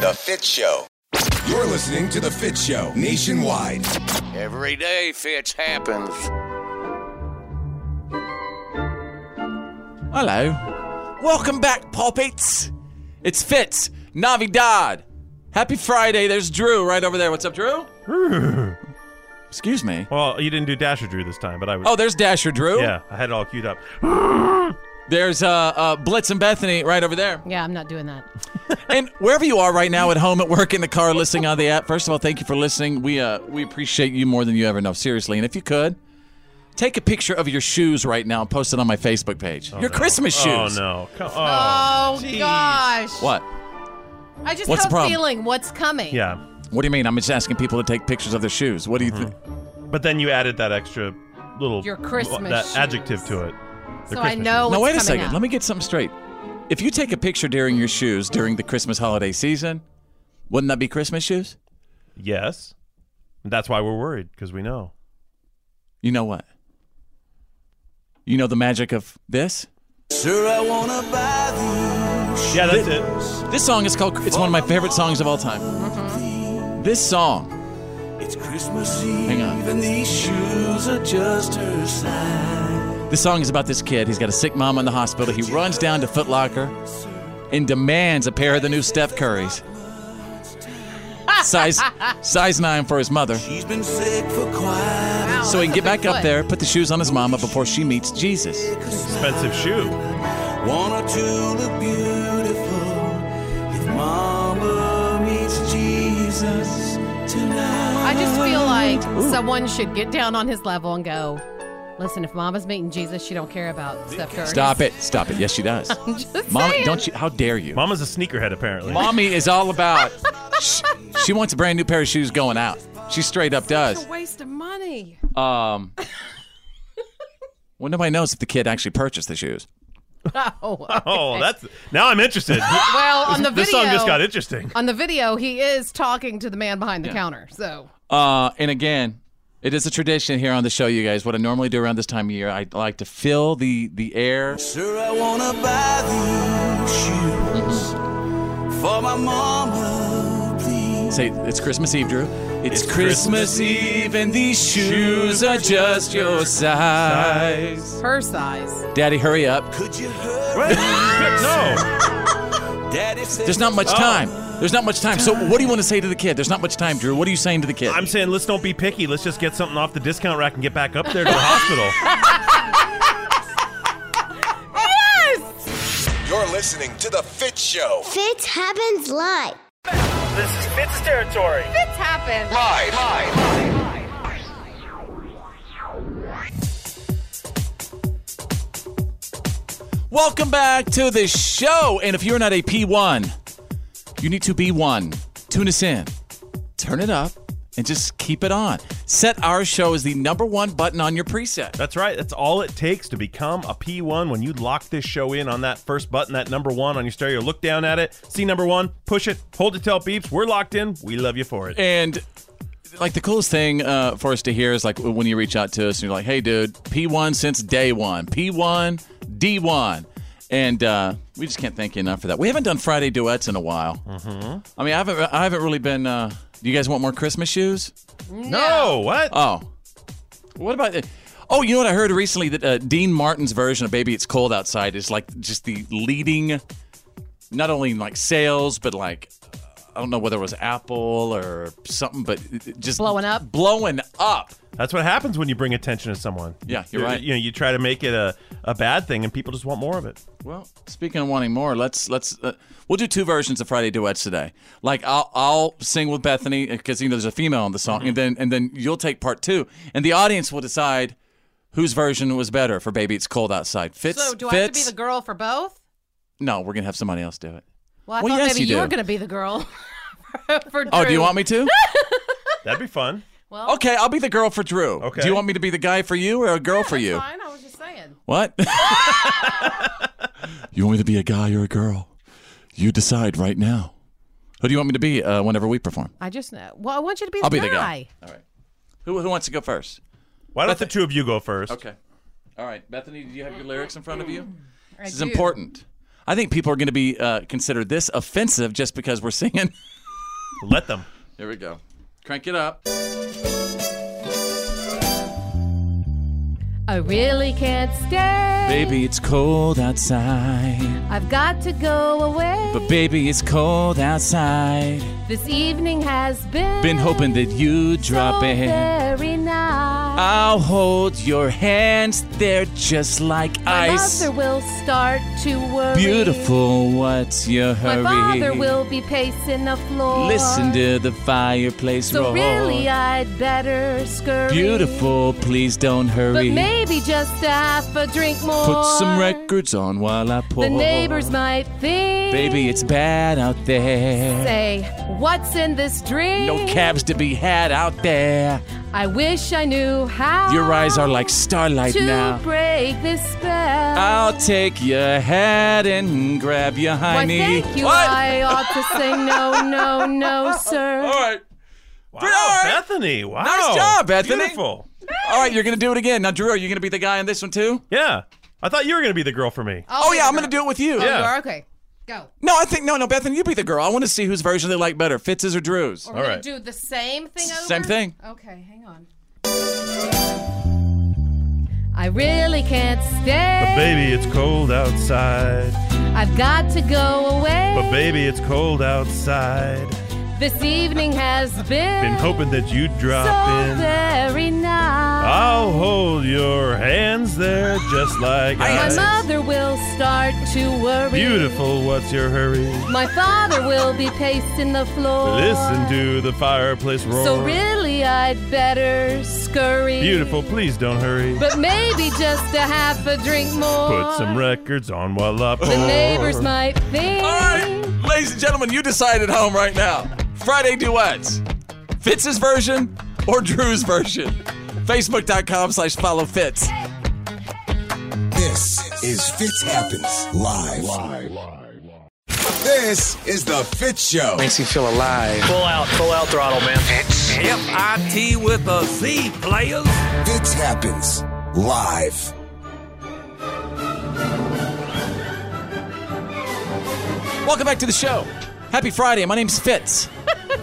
The Fit Show. You're listening to The Fit Show nationwide. Every day, Fitz happens. Hello. Welcome back, Poppets. It's Fitz, Navidad. Happy Friday. There's Drew right over there. What's up, Drew? Excuse me. Well, you didn't do Dasher Drew this time, but I was. Oh, there's Dasher Drew. Yeah, I had it all queued up. There's uh, uh, Blitz and Bethany right over there. Yeah, I'm not doing that. and wherever you are right now, at home, at work, in the car, listening on the app, first of all, thank you for listening. We uh, we appreciate you more than you ever know, seriously. And if you could, take a picture of your shoes right now and post it on my Facebook page. your no. Christmas Oh, shoes. no. Come Oh, gosh. What? I just What's the have a problem? feeling what's coming. Yeah. What do you mean? I'm just asking people to take pictures of their shoes. What do Mm-hmm. you think? But then you added that extra little Your Christmas that shoes. adjective to it. So I know Now what's wait a coming second. up. Let me get something straight. If you take a picture during your shoes during the Christmas holiday season, wouldn't that be Christmas shoes? Yes. That's why we're worried because we know. You know what? You know the magic of this? Sure, I wanna buy these. Yeah, that's it. This song is called it's one of my favorite songs of all time. This song. It's Christmas Eve, Hang on. and these shoes are just her size. This song is about this kid. He's got a sick mom in the hospital. He runs down to Foot Locker and demands a pair of the new Steph Curry's. Size size 9 for his mother. She's been sick for quite a So he can get back up foot. there, put the shoes on his mama before she meets Jesus. Expensive shoe. One or two look beautiful. If Mama meets Jesus tonight. I just feel like someone should get down on his level and go, listen, if Mama's meeting Jesus, she don't care about Steph Curry. Stop it. Stop it. Yes, she does. I'm just Mom, saying. don't you? How dare you? Mama's a sneakerhead, apparently. Mommy is all about. she, she wants a brand new pair of shoes going out. She straight up does. It's a waste of money. Um. Well, nobody knows if the kid actually purchased the shoes. Oh, Oh, that's now I'm interested. well on the video. this song just got interesting. On the video, he is talking to the man behind the counter. So Uh, and again, it is a tradition here on the show, you guys. What I normally do around this time of year, I like to fill the the air. Sure, I wanna buy these shoes for my mama, please. Say it's Christmas Eve, Drew. It's, Christmas Christmas Eve and these shoes are just your Uh, size. her size. Daddy, hurry up. Could you no. Daddy said There's not much Oh. time. There's not much time. So what do you want to say to the kid? There's not much time, Drew. What are you saying to the kid? I'm saying let's don't be picky. Let's just get something off the discount rack and get back up there to the hospital. You're listening to The Fit Show. Fitz happens live. This is Fitz territory. Fitz happens Live. Live. Welcome back to the show. And if you're not a P1, you need to be one. Tune us in, turn it up, and just keep it on. Set our show as the number one button on your preset. That's right. That's all it takes to become a P1 when you lock this show in on that first button, that number one on your stereo. Look down at it, see number one, push it, hold it till it beeps. We're locked in. We love you for it. And like the coolest thing uh, for us to hear is like when you reach out to us and you're like, "Hey, dude, P1 since day one, P1, D1," and uh, we just can't thank you enough for that. We haven't done Friday duets in a while. I mean, I haven't, I haven't really been. Uh, do you guys want more Christmas shoes? No. What? Oh. What about the? Oh, you know what I heard recently that uh, Dean Martin's version of "Baby It's Cold Outside" is like just the leading, not only in, like sales, but like I don't know whether it was Apple or something, but it- it just blowing up, blowing up. That's what happens when you bring attention to someone. Yeah, you're You- right. You know, you try to make it a, a bad thing, and people just want more of it. Well, speaking of wanting more, let's let's uh, we'll do two versions of Friday duets today. Like I'll I'll sing with Bethany because you know there's a female on the song, Mm-hmm. and then and then you'll take part two, and the audience will decide whose version was better for "Baby It's Cold Outside." Fitz, so do I have to Fitz? be the girl for both? No, we're gonna have somebody else do it. Well, I Well, thought yes, maybe you you, do. were going to be the girl for Oh, do Drew. you want me to? That'd be fun. Well- okay, I'll be the girl for Drew. Okay. Do you want me to be the guy for you or a girl for you? Fine, I was just saying. What? you want me to be a guy or a girl? You decide right now. Who do you want me to be uh, whenever we perform? I just know. Well, I want you to be the I'll guy. be the guy. All right. Who, who wants to go first? Why don't the two of you go first? Okay. All right, Bethany, do you have your lyrics in front of you? I This is do. important. I think people are going to be uh, consider this offensive just because we're singing. Let them. Here we go. Crank it up. I really can't stay. Baby, it's cold outside. I've got to go away. But baby, it's cold outside. This evening has been, Been hoping that you drop so in. very nice. I'll hold your hands, they're just like My ice. mother will start to worry. Beautiful, what's your My hurry? father will be pacing the floor. Listen to the fireplace So roar. really, I'd better scurry. Beautiful, please don't But hurry. maybe just a half a drink more. Put some records on while I pour. The neighbors might think. Baby, it's bad out there. Say, what's in this drink? No cabs to be had out there. I wish I knew how. Your eyes are like starlight to now. Ah, break this spell. I'll take your hat and grab your Why, hiney. thank you. I ought to say no, no, no, sir. All right. Wow, Bethany. Wow. Nice job, Bethany. Beautiful. All right, you're gonna do it again. Now, Drew, are you gonna be the guy on this one too? Yeah. I thought you were going to be the girl for me. oh yeah, I'm gonna do it with you. Oh, you are? Okay. Go. No, I think no, no, Bethany, you be the girl. I want to see whose version they like better, Fitz's or Drew's. We're gonna do the same thing over. Same thing. Okay, hang on. I really can't stay. Baby, it's cold outside. I've got to go away. But baby, it's cold outside. This evening has been, Been hoping that you'd drop so in. very nice. I'll hold your hands there just like My I. mother will start to worry. Beautiful, what's your hurry? My father will be pacing the floor. Listen to the fireplace roar. So really, I'd better scurry. Beautiful, please don't hurry. But maybe just a half a drink more. Put some records on while I pour. the neighbors might think. All right, ladies and gentlemen, you decide at home right now. Friday duets, Fitz's version or Drew's version. Facebook.com/slash follow Fitz. This is Fitz Happens live. This is the Fitz Show. Makes you feel alive. Full out, full out throttle, man. F-I-T with a Z, players. Fitz Happens live. Welcome back to the show. Happy Friday. My name's Fitz.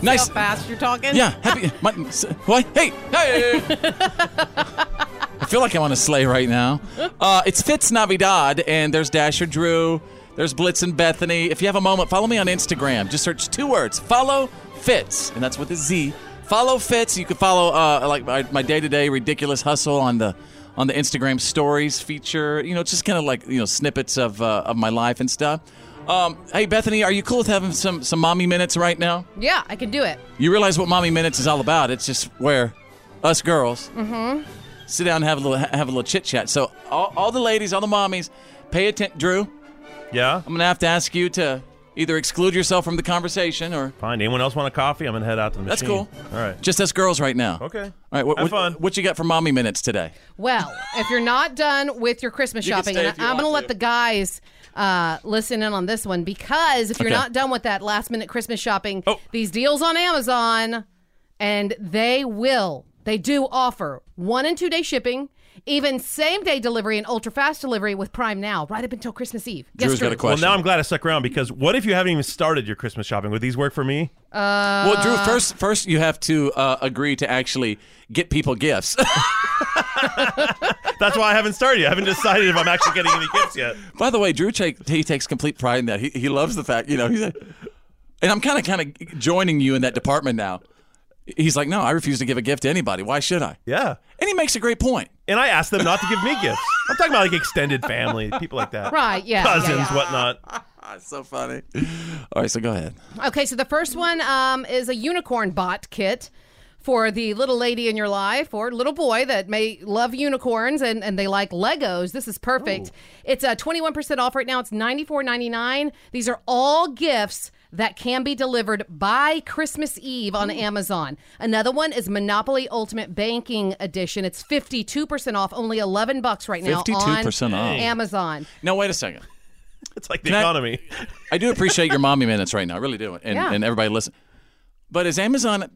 nice. How fast you're talking? Yeah. Happy. My, s- what? Hey. Hey. I feel like I'm on a sleigh right now. Uh, it's Fitz Navidad, and there's Dasher Drew, there's Blitz and Bethany. If you have a moment, follow me on Instagram. Just search two words: follow Fitz, and that's with a Z. Follow Fitz. You can follow uh, like my, my day-to-day ridiculous hustle on the on the Instagram stories feature. You know, just kind of like you know snippets of uh, of my life and stuff. Um, hey Bethany, are you cool with having some some mommy minutes right now? Yeah, I can do it. You realize what mommy minutes is all about? It's just where us girls Mm-hmm. sit down and have a little have a little chit chat. So all, all the ladies, all the mommies, Pay attention, Drew. Yeah. I'm gonna have to ask you to either exclude yourself from the conversation or Fine. Anyone else want a coffee? I'm gonna head out to the That's machine. cool. All right. Just us girls right now. Okay. All right. What, Have what- fun. what you got for mommy minutes today? Well, if you're not done with your Christmas You can shopping, stay and if you I'm want going to let to. the guys uh, listen in on this one because if you're Okay. Oh. not done with that last minute Christmas shopping, these deals on Amazon, and they will, they do offer one and two day shipping. Even same day delivery and ultra fast delivery with Prime Now, right up until Christmas Eve. Yes, Drew. Well, now I'm glad I stuck around because what if you haven't even started your Christmas shopping? Would these work for me? Uh, well, Drew, first, first you have to uh, agree to actually get people gifts. That's why I haven't started. yet. I haven't decided if I'm actually getting any gifts yet. By the way, Drew take, he takes complete pride in that. He, he loves the fact, you know. He's like, and I'm kind of kind of joining you in that department now. He's like, no, I refuse to give a gift to anybody. Why should I? Yeah. And he makes a great point. And I asked them not to give me gifts. I'm talking about like extended family, people like that. Right, yeah, yeah, Cousins, yeah. whatnot. so funny. All right, so go ahead. Okay, so the first one um, is a unicorn bot kit for the little lady in your life or little boy that may love unicorns and, and they like Legos. This is perfect. It's a 21% off right now. It's $94.99. These are all gifts that can be delivered by Christmas Eve on Amazon. Another one is Monopoly Ultimate Banking Edition. It's 52% off, only 11 bucks right now on 52% off. Amazon. No, wait a second. It's like the economy. I, do appreciate your mommy minutes right now. I really do. And, Yeah. and everybody listen. But is Amazon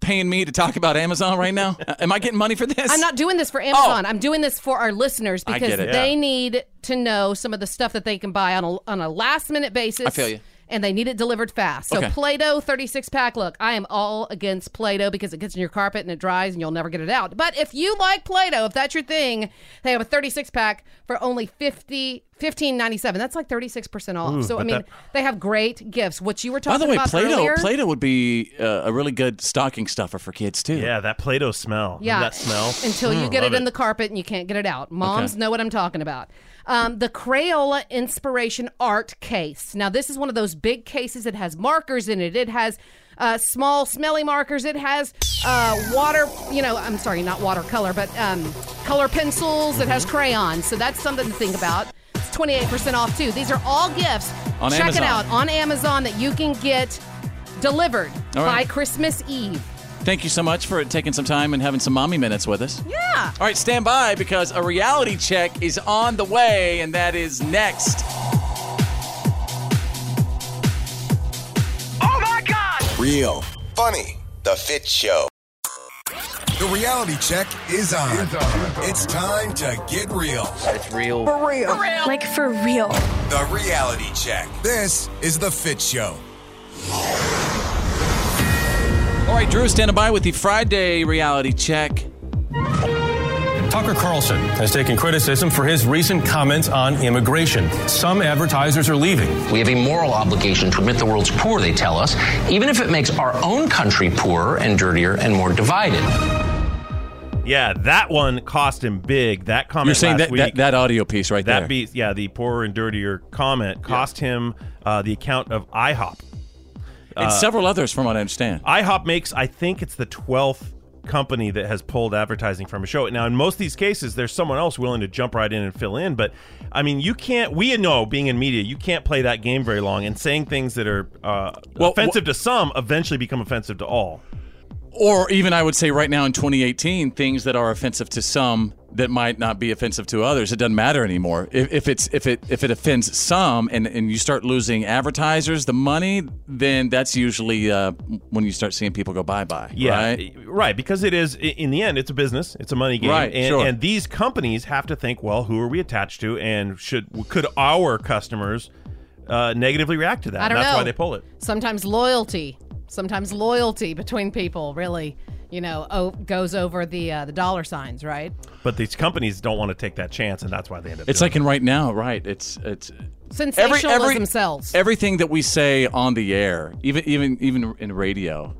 paying me to talk about Amazon right now? Am I getting money for this? Oh. I'm not doing this for Amazon. I'm doing this for our listeners I because get it. they Yeah. need to know some of the stuff that they can buy on a, on a last minute basis. I feel you. And they need it delivered fast. So Okay. Play Doh 36 pack. Look, I am all against Play Doh because it gets in your carpet and it dries and you'll never get it out. But if you like Play Doh, if that's your thing, they have a 36 pack for only 50 15.97. That's like 36% off. Ooh, so I but mean, that- they have great gifts. What you were By talking the way, about Play-Doh, earlier. Play-Doh would be uh, a really good stocking stuffer for kids too. Yeah, that Play-Doh smell. Yeah. That smell. Until you Hmm, Mm, get it, love in the carpet and you can't get it out. Moms Okay. know what I'm talking about. Um, the Crayola Inspiration Art Case. Now, this is one of those big cases. It has markers in it. It has uh, small, smelly markers. It has uh, water, you know, I'm sorry, not watercolor, but um, color pencils. It Mm-hmm. has crayons. So that's something to think about. It's 28% off, too. These are all gifts. On Check Amazon. it out on Amazon that you can get delivered All by right. Christmas Eve. Thank you so much for taking some time and having some mommy minutes with us. Yeah. All right, stand by because a reality check is on the way, and that is next. Real. Funny. The Fit Show. The reality check is on. It's, time to get real. It's real. For real. Like for real. The reality check. This is The Fit Show. All right, Drew, standing by with the Friday reality check. Tucker Carlson has taken criticism for his recent comments on immigration. Some advertisers are leaving. We have a moral obligation to admit the world's poor, they tell us, even if it makes our own country poorer and dirtier and more divided. it. Yeah, that one cost him big. That comment. You're saying last that, week, that that audio piece right that there. beat yeah the poorer and dirtier comment cost him uh, the account of IHOP and Uh, several others, from what I understand. IHOP makes, I think it's the 12th company that has pulled advertising from a show. Now, in most of these cases, there's someone else willing to jump right in and fill in. But I mean, you can't, we know being in media, you can't play that game very long and saying things that are uh, offensive to some eventually become offensive to all. Or even I would say right now in 2018, things that are offensive to some that might not be offensive to others. It doesn't matter anymore. If, if it's if it if it offends some and, and you start losing advertisers the money, then that's usually uh, when you start seeing people go bye bye. Yeah, eh, right? right, Because it is i- in the end, it's a business, it's a money game, Right, and, sure. and these companies have to think, well, who are we attached to, and should could our customers uh, negatively react to that? I don't and that's know. why they pull it. Sometimes loyalty, sometimes loyalty between people really, you know, o- goes over the uh, the dollar signs, right? But these companies don't want to take that chance, and that's why they end up. It's like in right now, right? It's it's Sensationalism every- sells. everything that we say on the air, even even even in radio,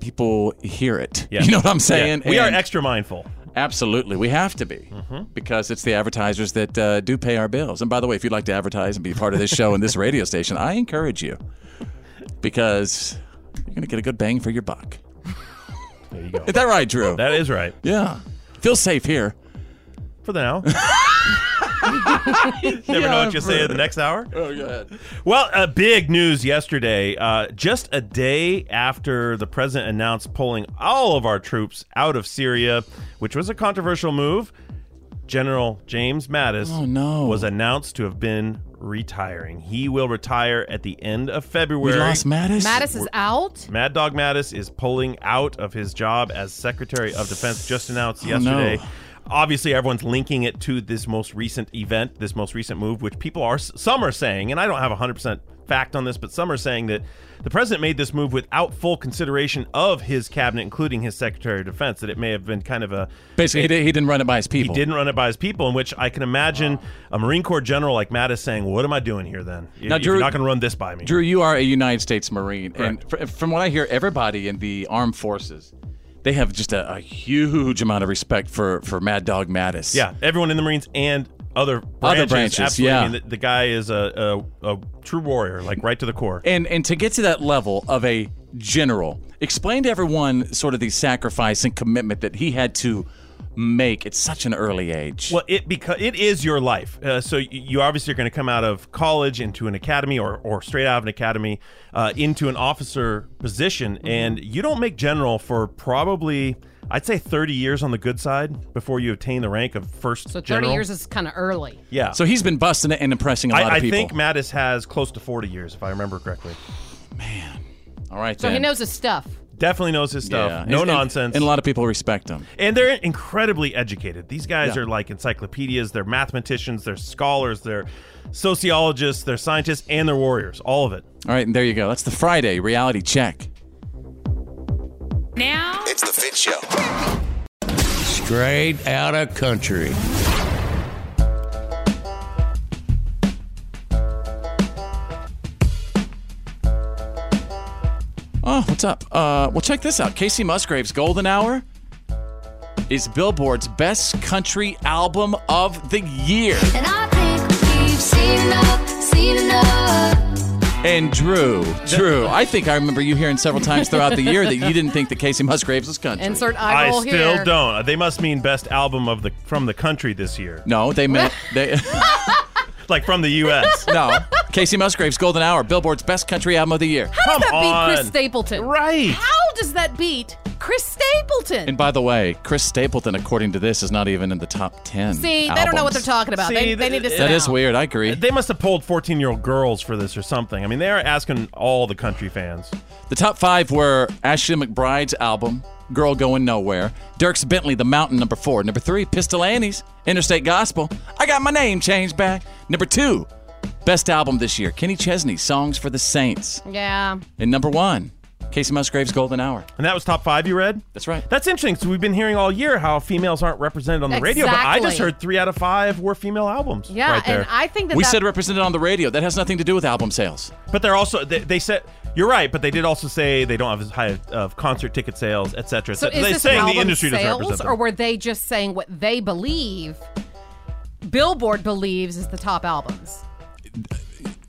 people hear it. You know what I'm saying? Yeah. We are And- extra mindful. Absolutely, we have to be Mm-hmm. because it's the advertisers that uh, do pay our bills. And by the way, if you'd like to advertise and be part of this show and this radio station, I encourage you because you're going to get a good bang for your buck. There you go. Is that right, Drew? That is right. Yeah, feel safe here For now. Never know what you'll say in the next hour. Oh, go ahead. Well, uh, big news yesterday. Uh, just a day after the president announced pulling all of our troops out of Syria, which was a controversial move, General James Mattis Oh, no. was announced to have been retiring. He will retire at the end of February. lost Mattis? Mattis is out. Mad Dog Mattis is pulling out of his job as Secretary of Defense, just announced Oh, no. yesterday. Obviously, everyone's linking it to this most recent event, this most recent move, which people are, some are saying, and I don't have 100% fact on this, but some are saying that the president made this move without full consideration of his cabinet, including his Secretary of Defense, that it may have been kind of a. Basically, he, did, he didn't run it by his He people. didn't run it by his people, in which I can imagine a Marine Corps general like Mattis saying, What am I doing here then? If- Now, if you're Drew- not going to run this by me. Drew, you are a United States Marine, and fr- from what I hear, everybody in the armed forces, they have just a, a huge amount of respect for for Mad Dog Mattis. Yeah, everyone in the Marines and other branches. branches, absolutely. yeah. I mean, the, the guy is a, a, a true warrior, like right to the core. And and to get to that level of a general, explain to everyone sort of the sacrifice and commitment that he had to make at such an early age. Well, it because it is your life. Uh, so you, you obviously are going to come out of college into an academy, or or straight out of an academy uh, into an officer position, Mm-hmm. and you don't make general for probably. I'd say 30 years on the good side before you attain the rank of first So 30 general. years is kind of early. yeah. So he's been busting it and impressing a lot I, I of people. think Mattis has close to 40 years, if I remember correctly. All right, So he then. knows his stuff. Definitely knows his stuff. Yeah. No And- and- nonsense. and a lot of people respect him. And they're incredibly educated. These guys Yeah. are like encyclopedias, they're mathematicians, they're scholars, they're sociologists, they're scientists, and they're warriors. All of it. All right, and there you go. That's the Friday reality check. Now It's the Fit Show. Straight out of country. Oh, what's up? Uh, well, check this out. Casey Musgrave's Golden Hour is Billboard's best country album of the year. And I think we've seen enough, seen enough. And Drew, Drew, I think I remember you hearing several times throughout the year that you didn't think that Casey Musgraves was country. Insert eye roll I here. still don't. They must mean best album of the from the country this year. No, they meant they. like from the U.S. no, Casey Musgraves Golden Hour, Billboard's best country album of the year. How does that Come beat Chris on. Stapleton? Right. How does that beat Chris Stapleton? And by the way, Chris Stapleton, according to this, is not even in the top ten. See, they don't know what they're albums. talking about. they, See, they need to sit That is down. weird. I agree. They must have polled 14 year old girls for this or something. I mean, they are asking all the country fans. The top five were Ashley McBride's album, Girl Going Nowhere, Dirks Bentley, The Mountain, number four. Number three, Pistol Annie's, Interstate Gospel, I Got My Name Changed Back. Number two, best album this year, Kenny Chesney, Songs for the Saints. Yeah. And number one, Casey Musgrave's Golden Hour. And that was top five you read? That's right. That's interesting. So we've been hearing all year how females aren't represented on the radio, but I just Exactly. heard three out of five were female albums. Yeah, right there. and I think that We that- said represented on the radio. That has nothing to do with album sales. But they're also they, they said you're right, but they did also say they don't have as high of concert ticket sales, etc. So cetera. is they this saying album the industry doesn't sales, represent them. or were they just saying what they believe? Billboard believes is the top albums.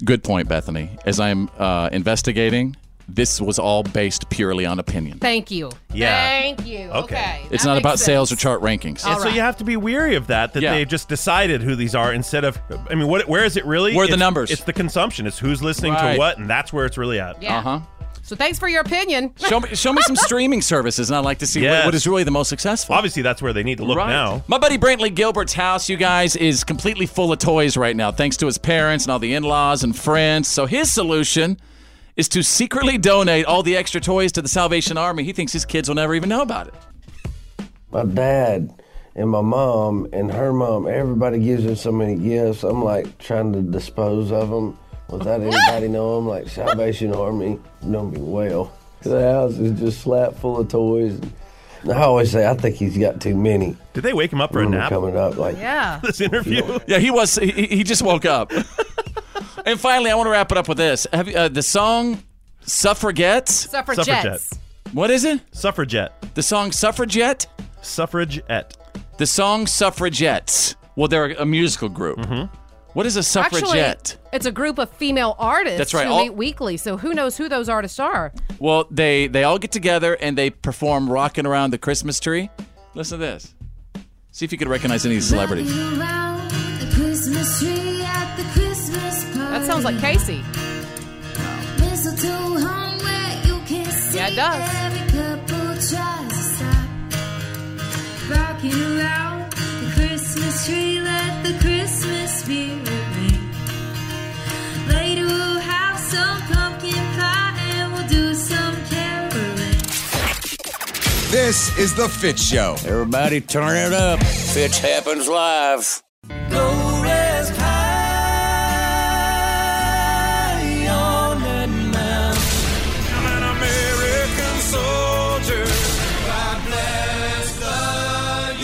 Good point, Bethany. As I'm uh, investigating, this was all based purely on opinion. Thank you. Yeah. Thank you. Okay. It's That not makes about sense. Oh, sales or chart rankings. and so you have to be weary of that that Yeah. they've just decided who these are instead of I mean what where is it really? Where are the It's- numbers? It's the consumption. It's who's listening Right. to what and that's where it's really at. Yeah. Uh-huh. So thanks for your opinion. Show me, show me some streaming services, and I'd like to see what- Yes. what is really the most successful. Obviously that's where they need to look Right. now. My buddy Brantley Gilbert's house, you guys, is completely full of toys right now, thanks to his parents and all the in laws and friends. So his solution is to secretly donate all the extra toys to the Salvation Army. He thinks his kids will never even know about it. my dad and my mom and her mom, everybody gives her so many gifts. I'm like trying to dispose of them without anybody knowing. Like Salvation Army, know me well. The house is just slap full of toys. And I always say I think he's got too many. Did they wake him up for a Remember nap? Coming up like Yeah. This interview. Yeah, he was. He, he just woke up. and finally, I want to wrap it up with this. Have you, uh, the song "Suffragettes"? Suffragettes. Suffragette. What is it? Suffragette. The song "Suffragette." Suffragette. The song "Suffragettes." Well, they're a musical group. What is a suffragette? Actually, it's a group of female artists That's right. who All- meet weekly. So who knows who those artists are? Well, they they all get together and they perform "Rocking Around the Christmas Tree." Listen to this. See if you could recognize any celebrity. Around the Christmas Christmas tree at the Christmas party. That sounds like Casey. Mistletoe hung where you can see. Yeah, it does. Every couple tries to stop. Rocking around the Christmas tree, let the Christmas spirit ring. Later we'll have some pumpkin pie and we'll do some caroling. This is The Fit Show. Everybody turn it up. Fitch happens live. American soldier. I bless the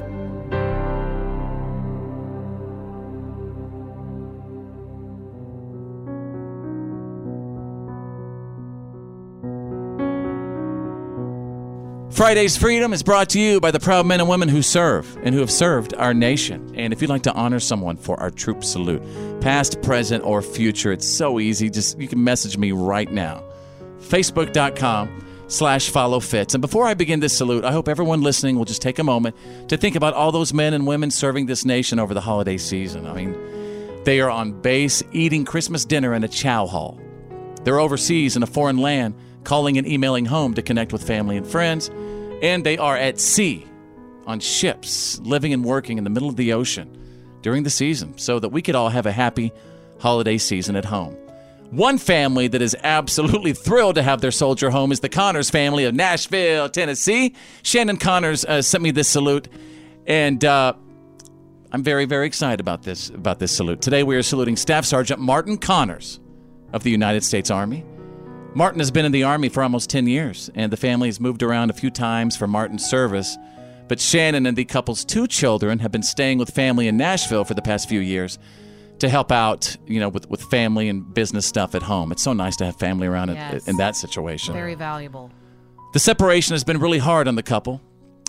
Friday's Freedom is brought to you by the proud men and women who serve and who have served our nation. And if you'd like to honor someone for our troop salute, past, present, or future, it's so easy. Just you can message me right now. Facebook.com slash follow fits. And before I begin this salute, I hope everyone listening will just take a moment to think about all those men and women serving this nation over the holiday season. I mean, they are on base eating Christmas dinner in a chow hall. They're overseas in a foreign land, calling and emailing home to connect with family and friends. And they are at sea, on ships, living and working in the middle of the ocean during the season so that we could all have a happy holiday season at home. One family that is absolutely thrilled to have their soldier home is the Connors family of Nashville, Tennessee. Shannon Connors uh, sent me this salute, and uh, I'm very, very excited about this about this salute. Today we are saluting Staff Sergeant Martin Connors of the United States Army. Martin has been in the Army for almost 10 years, and the family has moved around a few times for Martin's service. But Shannon and the couple's two children have been staying with family in Nashville for the past few years to help out, you know, with, with family and business stuff at home. It's so nice to have family around in- Yes. in that situation. Very valuable. The separation has been really hard on the couple,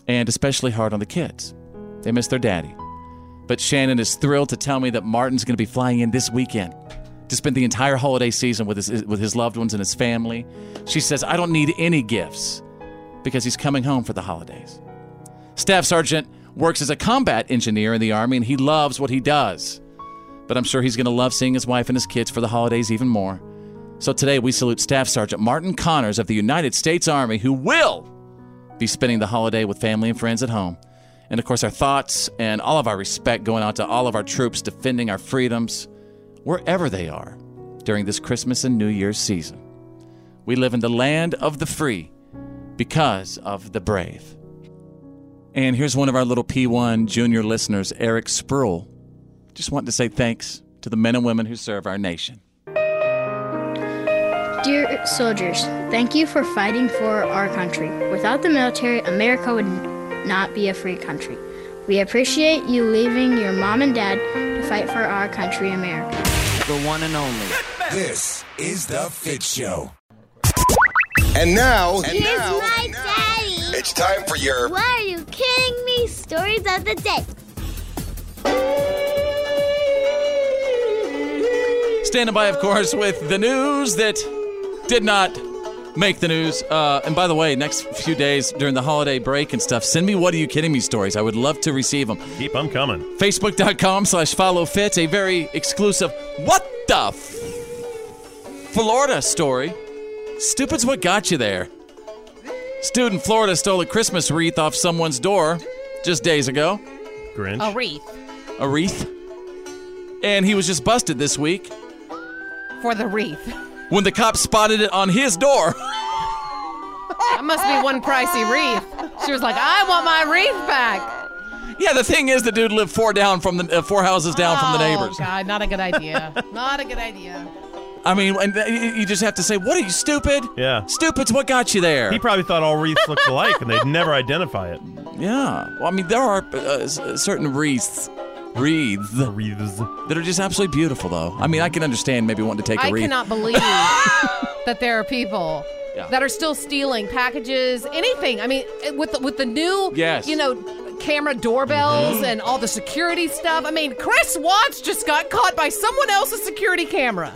and especially hard on the kids. They miss their daddy. But Shannon is thrilled to tell me that Martin's going to be flying in this weekend to spend the entire holiday season with his, with his loved ones and his family. She says, I don't need any gifts because he's coming home for the holidays. Staff Sergeant works as a combat engineer in the Army, and he loves what he does. But I'm sure he's going to love seeing his wife and his kids for the holidays even more. So today we salute Staff Sergeant Martin Connors of the United States Army, who will be spending the holiday with family and friends at home. And of course, our thoughts and all of our respect going out to all of our troops defending our freedoms wherever they are during this Christmas and New Year's season. We live in the land of the free because of the brave. And here's one of our little P1 junior listeners, Eric Spruill. Just wanting to say thanks to the men and women who serve our nation. Dear soldiers, thank you for fighting for our country. Without the military, America would not be a free country. We appreciate you leaving your mom and dad to fight for our country, America. The one and only. This is The Fit Show. And now, and Here's now, my daddy. it's time for your Why are you kidding me? Stories of the day. Standing by, of course, with the news that did not make the news. Uh, and by the way, next few days during the holiday break and stuff, send me what are you kidding me stories. I would love to receive them. Keep them coming. Facebook.com slash follow fit, a very exclusive What the F- Florida story. Stupid's what got you there. Student in Florida stole a Christmas wreath off someone's door just days ago. Grinch A wreath a wreath. And he was just busted this week for the wreath. when the cops spotted it on his door. That must be one pricey wreath. She was like, I want my wreath back. yeah, the thing is, the dude lived four down from the uh, four houses down from the neighbors. Oh, God, not a good idea. not a good idea. I mean, and th- y- you just have to say, "What are you stupid?" Yeah, stupid's what got you there. He probably thought all wreaths looked alike and they'd never identify it. yeah, well, I mean, there are uh, s- uh, certain wreaths wreaths. Wreaths. That are just absolutely beautiful, though. I mean, I can understand maybe wanting to take a I wreath. cannot believe that there are people Yeah. that are still stealing packages, anything. I mean, eh, with the, with the new, Yes. Mm-hmm. you know, camera doorbells and all the security stuff. I mean, Chris Watts just got caught by someone else's security camera.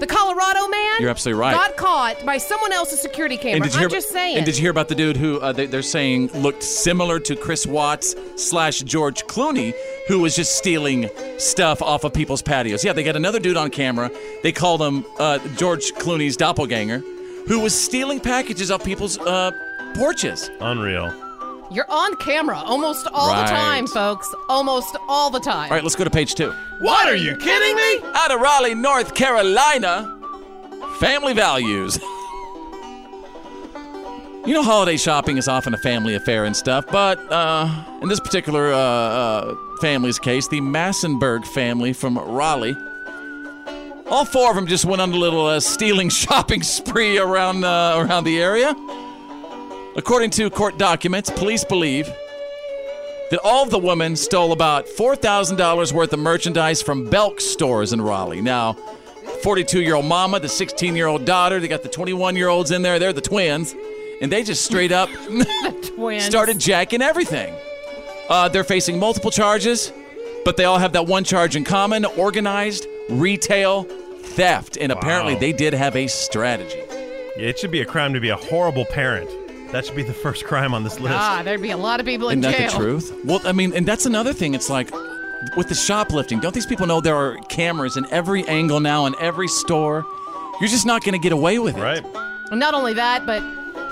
The Colorado man. You're absolutely right. Got caught by someone else's security camera. you I'm hear- just saying. And did you hear about the dude who uh, they, they're saying looked similar to Chris Watts slash George Clooney, who was just stealing stuff off of people's patios? Yeah, they got another dude on camera. They called him uh, George Clooney's doppelganger, who was stealing packages off people's uh, porches. Unreal. You're on camera almost all Right. the time, folks. Almost all the time. All right, let's go to page two. What are you kidding me? Out of Raleigh, North Carolina, family values. You know, holiday shopping is often a family affair and stuff, but uh, in this particular uh, uh, family's case, the Massenberg family from Raleigh, all four of them just went on a little uh, stealing shopping spree around uh, around the area. According to court documents, police believe that all of the women stole about $4,000 worth of merchandise from Belk stores in Raleigh. Now, 42 year old mama, the 16 year old daughter, they got the 21 year olds in there. They're the twins. And they just straight up Twins. started jacking everything. Uh, they're facing multiple charges, but they all have that one charge in common organized retail theft. And apparently, they did have a strategy. Yeah, it should be a crime to be a horrible parent. That should be the first crime on this list. Ah, there'd be a lot of people in Isn't jail. that the truth? Well, I mean, and that's another thing. It's like with the shoplifting, don't these people know there are cameras in every angle now in every store? You're just not going to get away with it. Right. And Not only that, but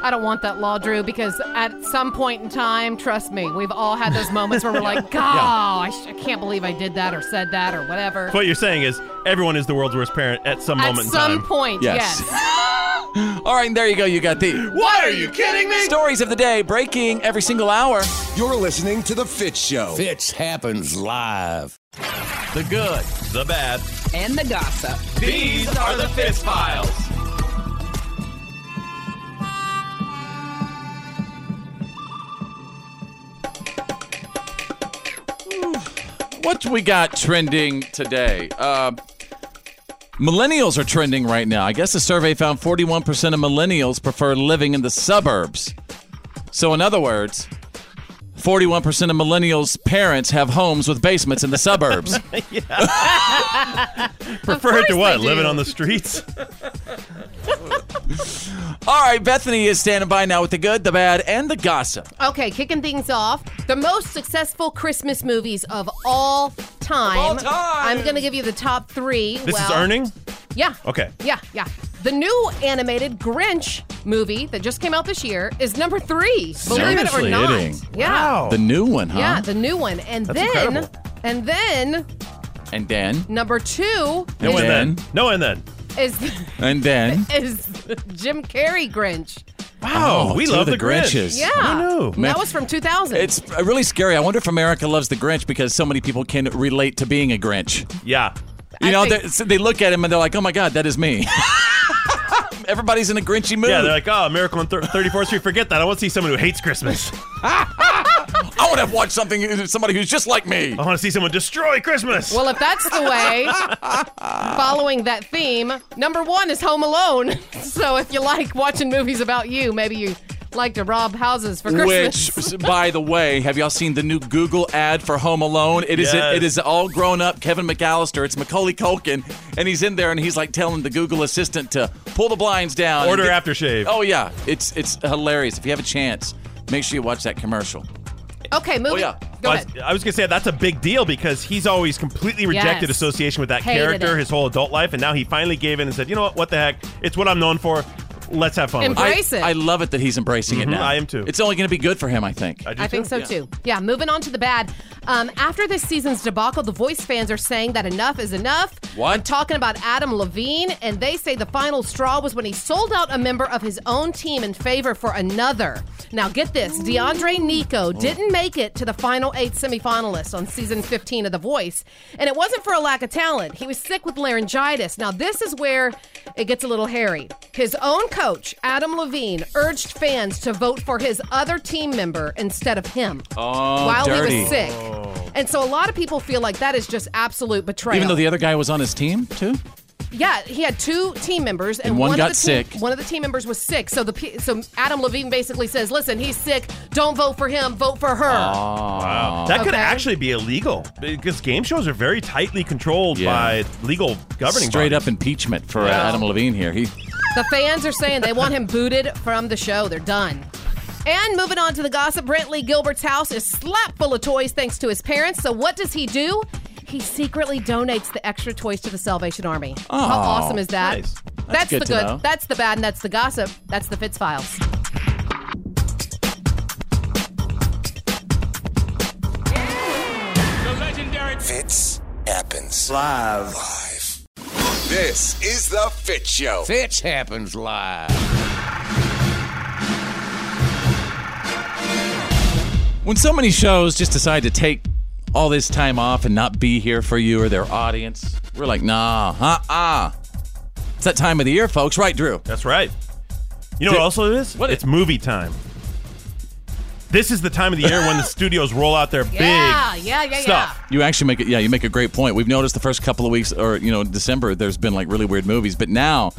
I don't want that law, Drew, because at some point in time, trust me, we've all had those moments where we're like, Yeah. God, I, sh- I can't believe I did that or said that or whatever. So what you're saying is everyone is the world's worst parent at some At moment some in time. point, Yes. All right, and there you go. You got the What are you kidding me? Stories of the day breaking every single hour. You're listening to The Fit Show. Fitch happens live. The good, the bad, and the gossip. These are the Fitz Files. What we got trending today? Uh, millennials are trending right now. I guess a survey found 41% of millennials prefer living in the suburbs. So, in other words, 41% of millennials' parents have homes with basements in the suburbs. Prefer to what? Living on the streets? All right, Bethany is standing by now with the good, the bad, and the gossip. Okay, kicking things off. The most successful Christmas movies of all time. all time. I'm going to give you the top three. This is Well, earning? Yeah. Okay. Yeah, yeah. The new animated Grinch movie that just came out this year is number three. Believe it or Seriously, not. it ain't. Yeah. The new one, huh? Yeah, the new one. And That's then incredible. and then and then. number two And is, then. No, and then. is And then. is Jim Carrey Grinch. Wow, we love Oh, the Grinches. Yeah. I know. Man. That was from 2000. It's really scary. I wonder if America loves the Grinch because so many people can relate to being a Grinch. Yeah. You know, they're- so they look at him and they're like, oh my God, that is me. Everybody's in a Grinchy mood. Yeah, they're like, oh, Miracle on Thir- 34th Street. Forget that. I want to see someone who hates Christmas. I want to watch something, uh, somebody who's just like me. I want to see someone destroy Christmas. well, if that's the way, following that theme, number one is Home Alone. So if you like watching movies about you, maybe you like to rob houses for Christmas. Which, by the way, have y'all seen the new Google ad for Home Alone? It is Yes. it is all grown up Kevin McAllister. It's Macaulay Culkin, and he's in there and he's like telling the Google assistant to pull the blinds down, and Order get- aftershave. Oh yeah, it's it's hilarious. If you have a chance, make sure you watch that commercial. okay, movie. Go I, ahead. I was gonna say that's a big deal because he's always completely rejected Yes. association with that Hated character it. his whole adult life, and now he finally gave in and said, "You know what? What the heck? It's what I'm known for. Let's have fun." Embrace with it. I love it that he's embracing Mhm, it now. I am too. It's only going to be good for him, I think. I think so too. Yeah, moving on to the bad. Um, after this season's debacle, the voice fans are saying that enough is enough. What? I'm talking about Adam Levine, and they say the final straw was when he sold out a member of his own team in favor for another. Now, get this DeAndre Nico Mm. didn't make it to the final eight semifinalists on season 15 of The Voice, and it wasn't for a lack of talent. He was sick with laryngitis. Now, this is where it gets a little hairy. His own coach, Adam Levine, urged fans to vote for his other team member instead of him Oh, while he dirty. Oh. was sick. And so a lot of people feel like that is just absolute betrayal. Even though the other guy was on his team too. Yeah, he had two team members, and, And one of got the team- sick. One of the team members was sick, so the pe- so Adam Levine basically says, "Listen, he's sick. Don't vote for him. Vote for her." Wow. That could Okay. actually be illegal because game shows are very tightly controlled by legal governing Straight bodies. up impeachment for uh, Yeah. Adam Levine here. He The fans are saying they want him booted from the show. They're done. And moving on to the gossip, Brentley Gilbert's house is slap full of toys thanks to his parents. So what does he do? He secretly donates the extra toys to the Salvation Army. Oh, How awesome is that? nice. That's the good to know. That's the bad, and that's the gossip. That's the Fitz files. The legendary Fitz happens live. Live. This is the Fit Show. Fitch happens live. When so many shows just decide to take all this time off and not be here for you or their audience, we're like, nah, uh uh. It's that time of the year, folks, right, Drew? That's right. You know what also it is? What it's movie time. This is the time of the year when the studios roll out their Yeah, big yeah, yeah, stuff. You actually make it, yeah, you make a great point. We've noticed the first couple of weeks, or, you know, December, there's been like really weird movies, but now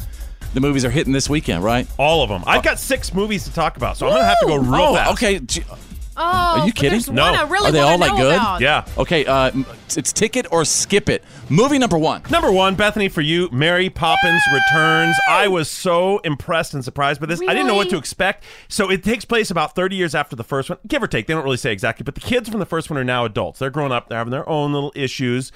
the movies are hitting this weekend, right? All of them. I've got six movies to talk about, so I'm gonna have to go real oh, fast. Okay. G- Oh, Are you but kidding? There's One I really Are they wanna all like know good? About. Yeah. Okay. Uh, m- it's ticket or skip it. Movie number one. Number one, Bethany, for you, Mary Poppins Returns. I was so impressed and surprised by this. I didn't know what to Really? expect. So it takes place about 30 years after the first one, give or take. They don't really say exactly, but the kids from the first one are now adults. They're grown up, they're having their own little issues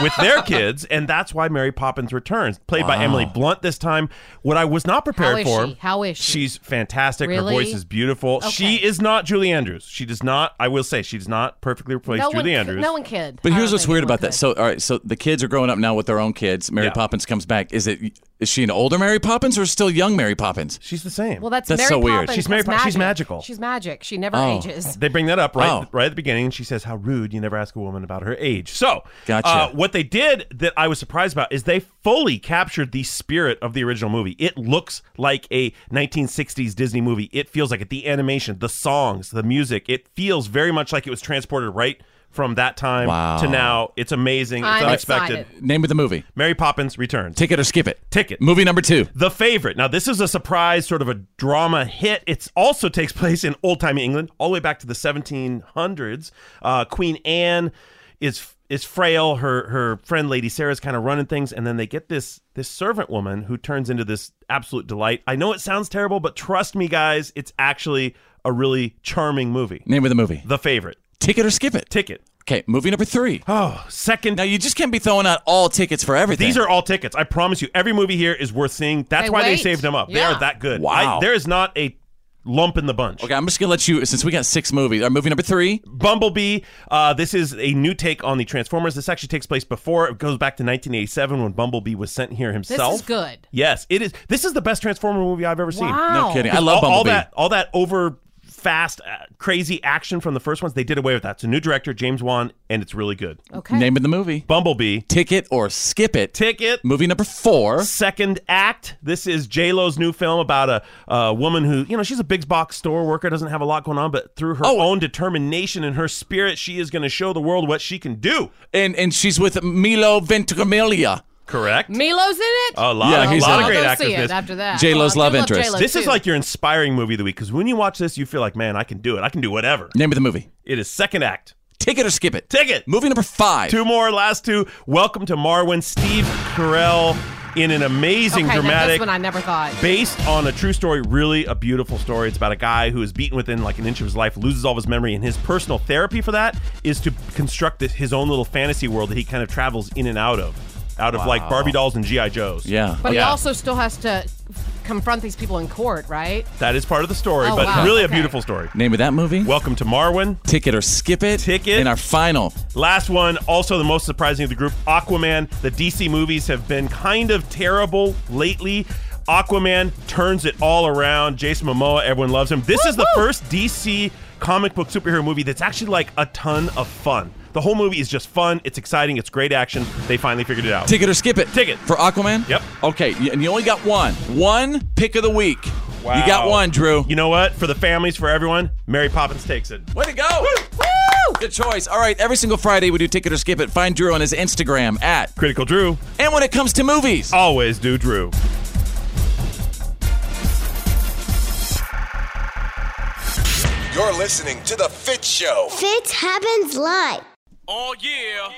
with their kids, and that's why Mary Poppins Returns, played by Wow. Emily Blunt this time. What I was not How prepared is for. she? How is she? She's fantastic. Really? Her voice is beautiful. She is not Julie Andrews. She does not, I will say, she does not perfectly replace no Julie one, Andrews. No one kid. But here's what's weird about that. So, all right, so the kids are growing up now with their own kids. Mary Poppins comes back. Is it? Is she an older Mary Poppins or still young Mary Poppins? She's the same. Well, that's, that's Mary so weird. Poppins. She's Mary That's Pop- she's magic. Oh. magical. She's magic. She never ages. They bring that up right, Oh. right at the beginning, and she says, "How rude! You never ask a woman about her age." So, Gotcha. uh, what they did that I was surprised about is they fully captured the spirit of the original movie. It looks like a 1960s Disney movie. It feels like it. The animation, the songs, the music. It feels very much like it was transported right from that time Wow. to now. It's amazing. It's I'm unexpected. excited. Name of the movie. Mary Poppins Returns. Ticket or skip it. Ticket. Movie number two. The Favorite. Now, this is a surprise, sort of a drama hit. It also takes place in old time England, all the way back to the 1700s. Uh, Queen Anne is is frail. Her her friend Lady Sarah's kind of running things, and then they get this this servant woman who turns into this absolute delight. I know it sounds terrible, but trust me, guys, it's actually a really charming movie. Name of the movie. The Favorite. Ticket or skip it. Ticket. Okay, movie number three. Oh, second. Now you just can't be throwing out all tickets for everything. These are all tickets. I promise you, every movie here is worth seeing. That's Hey, why they wait. saved them up. They Yeah. are that good. Wow. I- there is not a lump in the bunch. Okay, I'm just gonna let you since we got six movies. Our movie number three. Bumblebee. Uh, this is a new take on the Transformers. This actually takes place before it goes back to 1987 when Bumblebee was sent here This himself. is good. Yes, it is. This is the best Transformer movie I've ever seen. Wow. No kidding. I Because love all, all Bumblebee. that all that over fast uh, crazy action from the first ones. They did away with that. It's a new director, James Wan, and it's really good. Okay. Name of the movie. Bumblebee. Ticket or skip it. Ticket. Movie number four. Second act. This is J Lo's new film about a, a woman who, you know, she's a big box store worker, doesn't have a lot going on, but through her Oh, uh own determination and her spirit, she is going to show the world what she can do. And and she's with Milo Ventimiglia. Correct. Milo's in it. A lot, Yeah, a he's lot in of it. great I'll go actors. see in Uh, it this. after that. J-Lo's Oh, I do love love interest. J-Lo This is too. like your inspiring movie of the week because when you watch this, you feel like, man, I can do it. I can do whatever. Name of the movie. It is second act. Ticket or skip it. Ticket. Movie number five. Two more. Last two. Welcome to Marwin. Steve Carell in an amazing okay, now This dramatic one I never thought. based on a true story, really a beautiful story. It's about a guy who is beaten within like an inch of his life, loses all of his memory, and his personal therapy for that is to construct this, his own little fantasy world that he kind of travels in and out of, out of like Wow. Barbie dolls and GI Joes. Yeah, But he also still has to confront these people in court, right? that is part of the story, Oh, but wow, really a okay. beautiful story. Name of that movie? Welcome to Marwin. Ticket or skip it. Ticket. And our final. Last one, also the most surprising of the group, Aquaman. The DC movies have been kind of terrible lately. Aquaman turns it all around. Jason Momoa, everyone loves him. This is the first DC comic book superhero movie that's actually like a ton of fun. The whole movie is just fun. It's exciting. It's great action. They finally figured it out. Ticket or skip it. Ticket. For Aquaman? Yep. Okay, y- and you only got one. One pick of the week. Wow. You got one, Drew. You know what? For the families, for everyone, Mary Poppins takes it. Way to go! Good choice. All right, every single Friday we do Ticket or Skip It. Find Drew on his Instagram at Critical Drew. And when it comes to movies, always do Drew. You're listening to The Fit Show. Fit happens live. Oh yeah.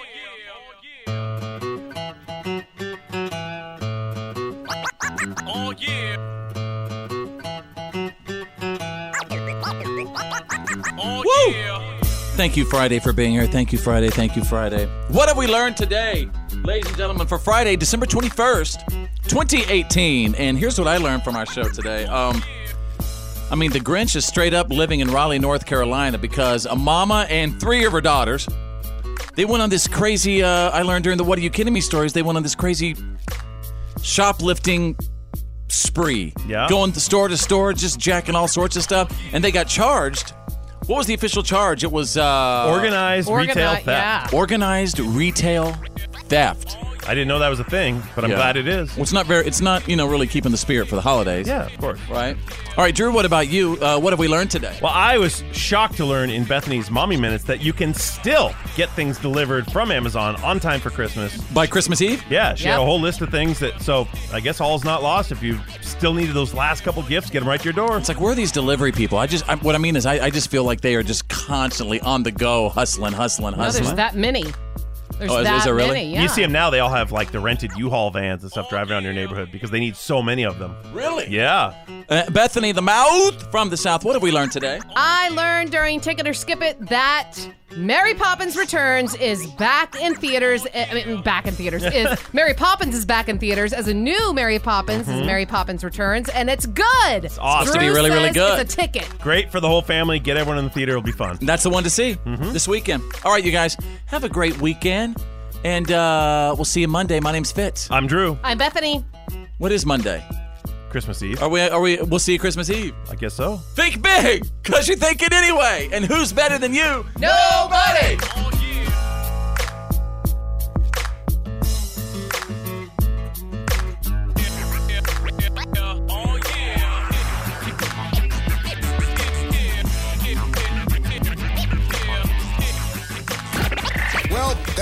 Oh yeah. Woo! Thank you, Friday, for being here. Thank you, Friday. Thank you, Friday. What have we learned today, ladies and gentlemen, for Friday, December 21st, 2018? And here's what I learned from our show today. Um, I mean, the Grinch is straight up living in Raleigh, North Carolina, because a mama and three of her daughters, they went on this crazy, uh, I learned during the What Are You Kidding Me stories, they went on this crazy shoplifting spree. Yeah. Going to store to store, just jacking all sorts of stuff. And they got charged. What was the official charge? It was uh, Organized Organi- retail theft. yeah. Organized retail theft. I didn't know that was a thing, but I'm glad it is. Well, it's not very. It's not you know really keeping the spirit for the holidays. Yeah, of course. Right. All right, Drew. What about you? Uh, what have we learned today? Well, I was shocked to learn in Bethany's Mommy Minutes that you can still get things delivered from Amazon on time for Christmas. By Christmas Eve? Yeah, she had a Yep. whole list of things that, so I guess all's not lost. If you still needed those last couple gifts, get them right to your door. It's like, where are these delivery people? I just I, what I mean is I, I just feel like they are just constantly on the go, hustling, hustling, No, hustling. there's that many. There's Oh, is- that is there really? many. Yeah. You see them now, they all have like the rented U-Haul vans and stuff driving around your neighborhood because they need so many of them. Really? Yeah. Uh, Bethany the Mouth from the South. What have we learned today? I learned during Ticket or Skip It that Mary Poppins Returns is back in theaters. eh, I mean, back in theaters is Mary Poppins is back in theaters as a new Mary Poppins Mhm. is Mary Poppins Returns, and it's good. It's awesome. Supposed to be really, really good. It's a ticket. Great for the whole family. Get everyone in the theater. It'll be fun. That's the one to see this weekend. All right, you guys, have a great weekend, and uh, we'll see you Monday. My name's Fitz. I'm Drew. I'm Bethany. What is Monday? Christmas Eve. Are we? Are we? We'll see you Christmas Eve. I guess so. Think big, cause you think it anyway. And who's better than you? Nobody. Well,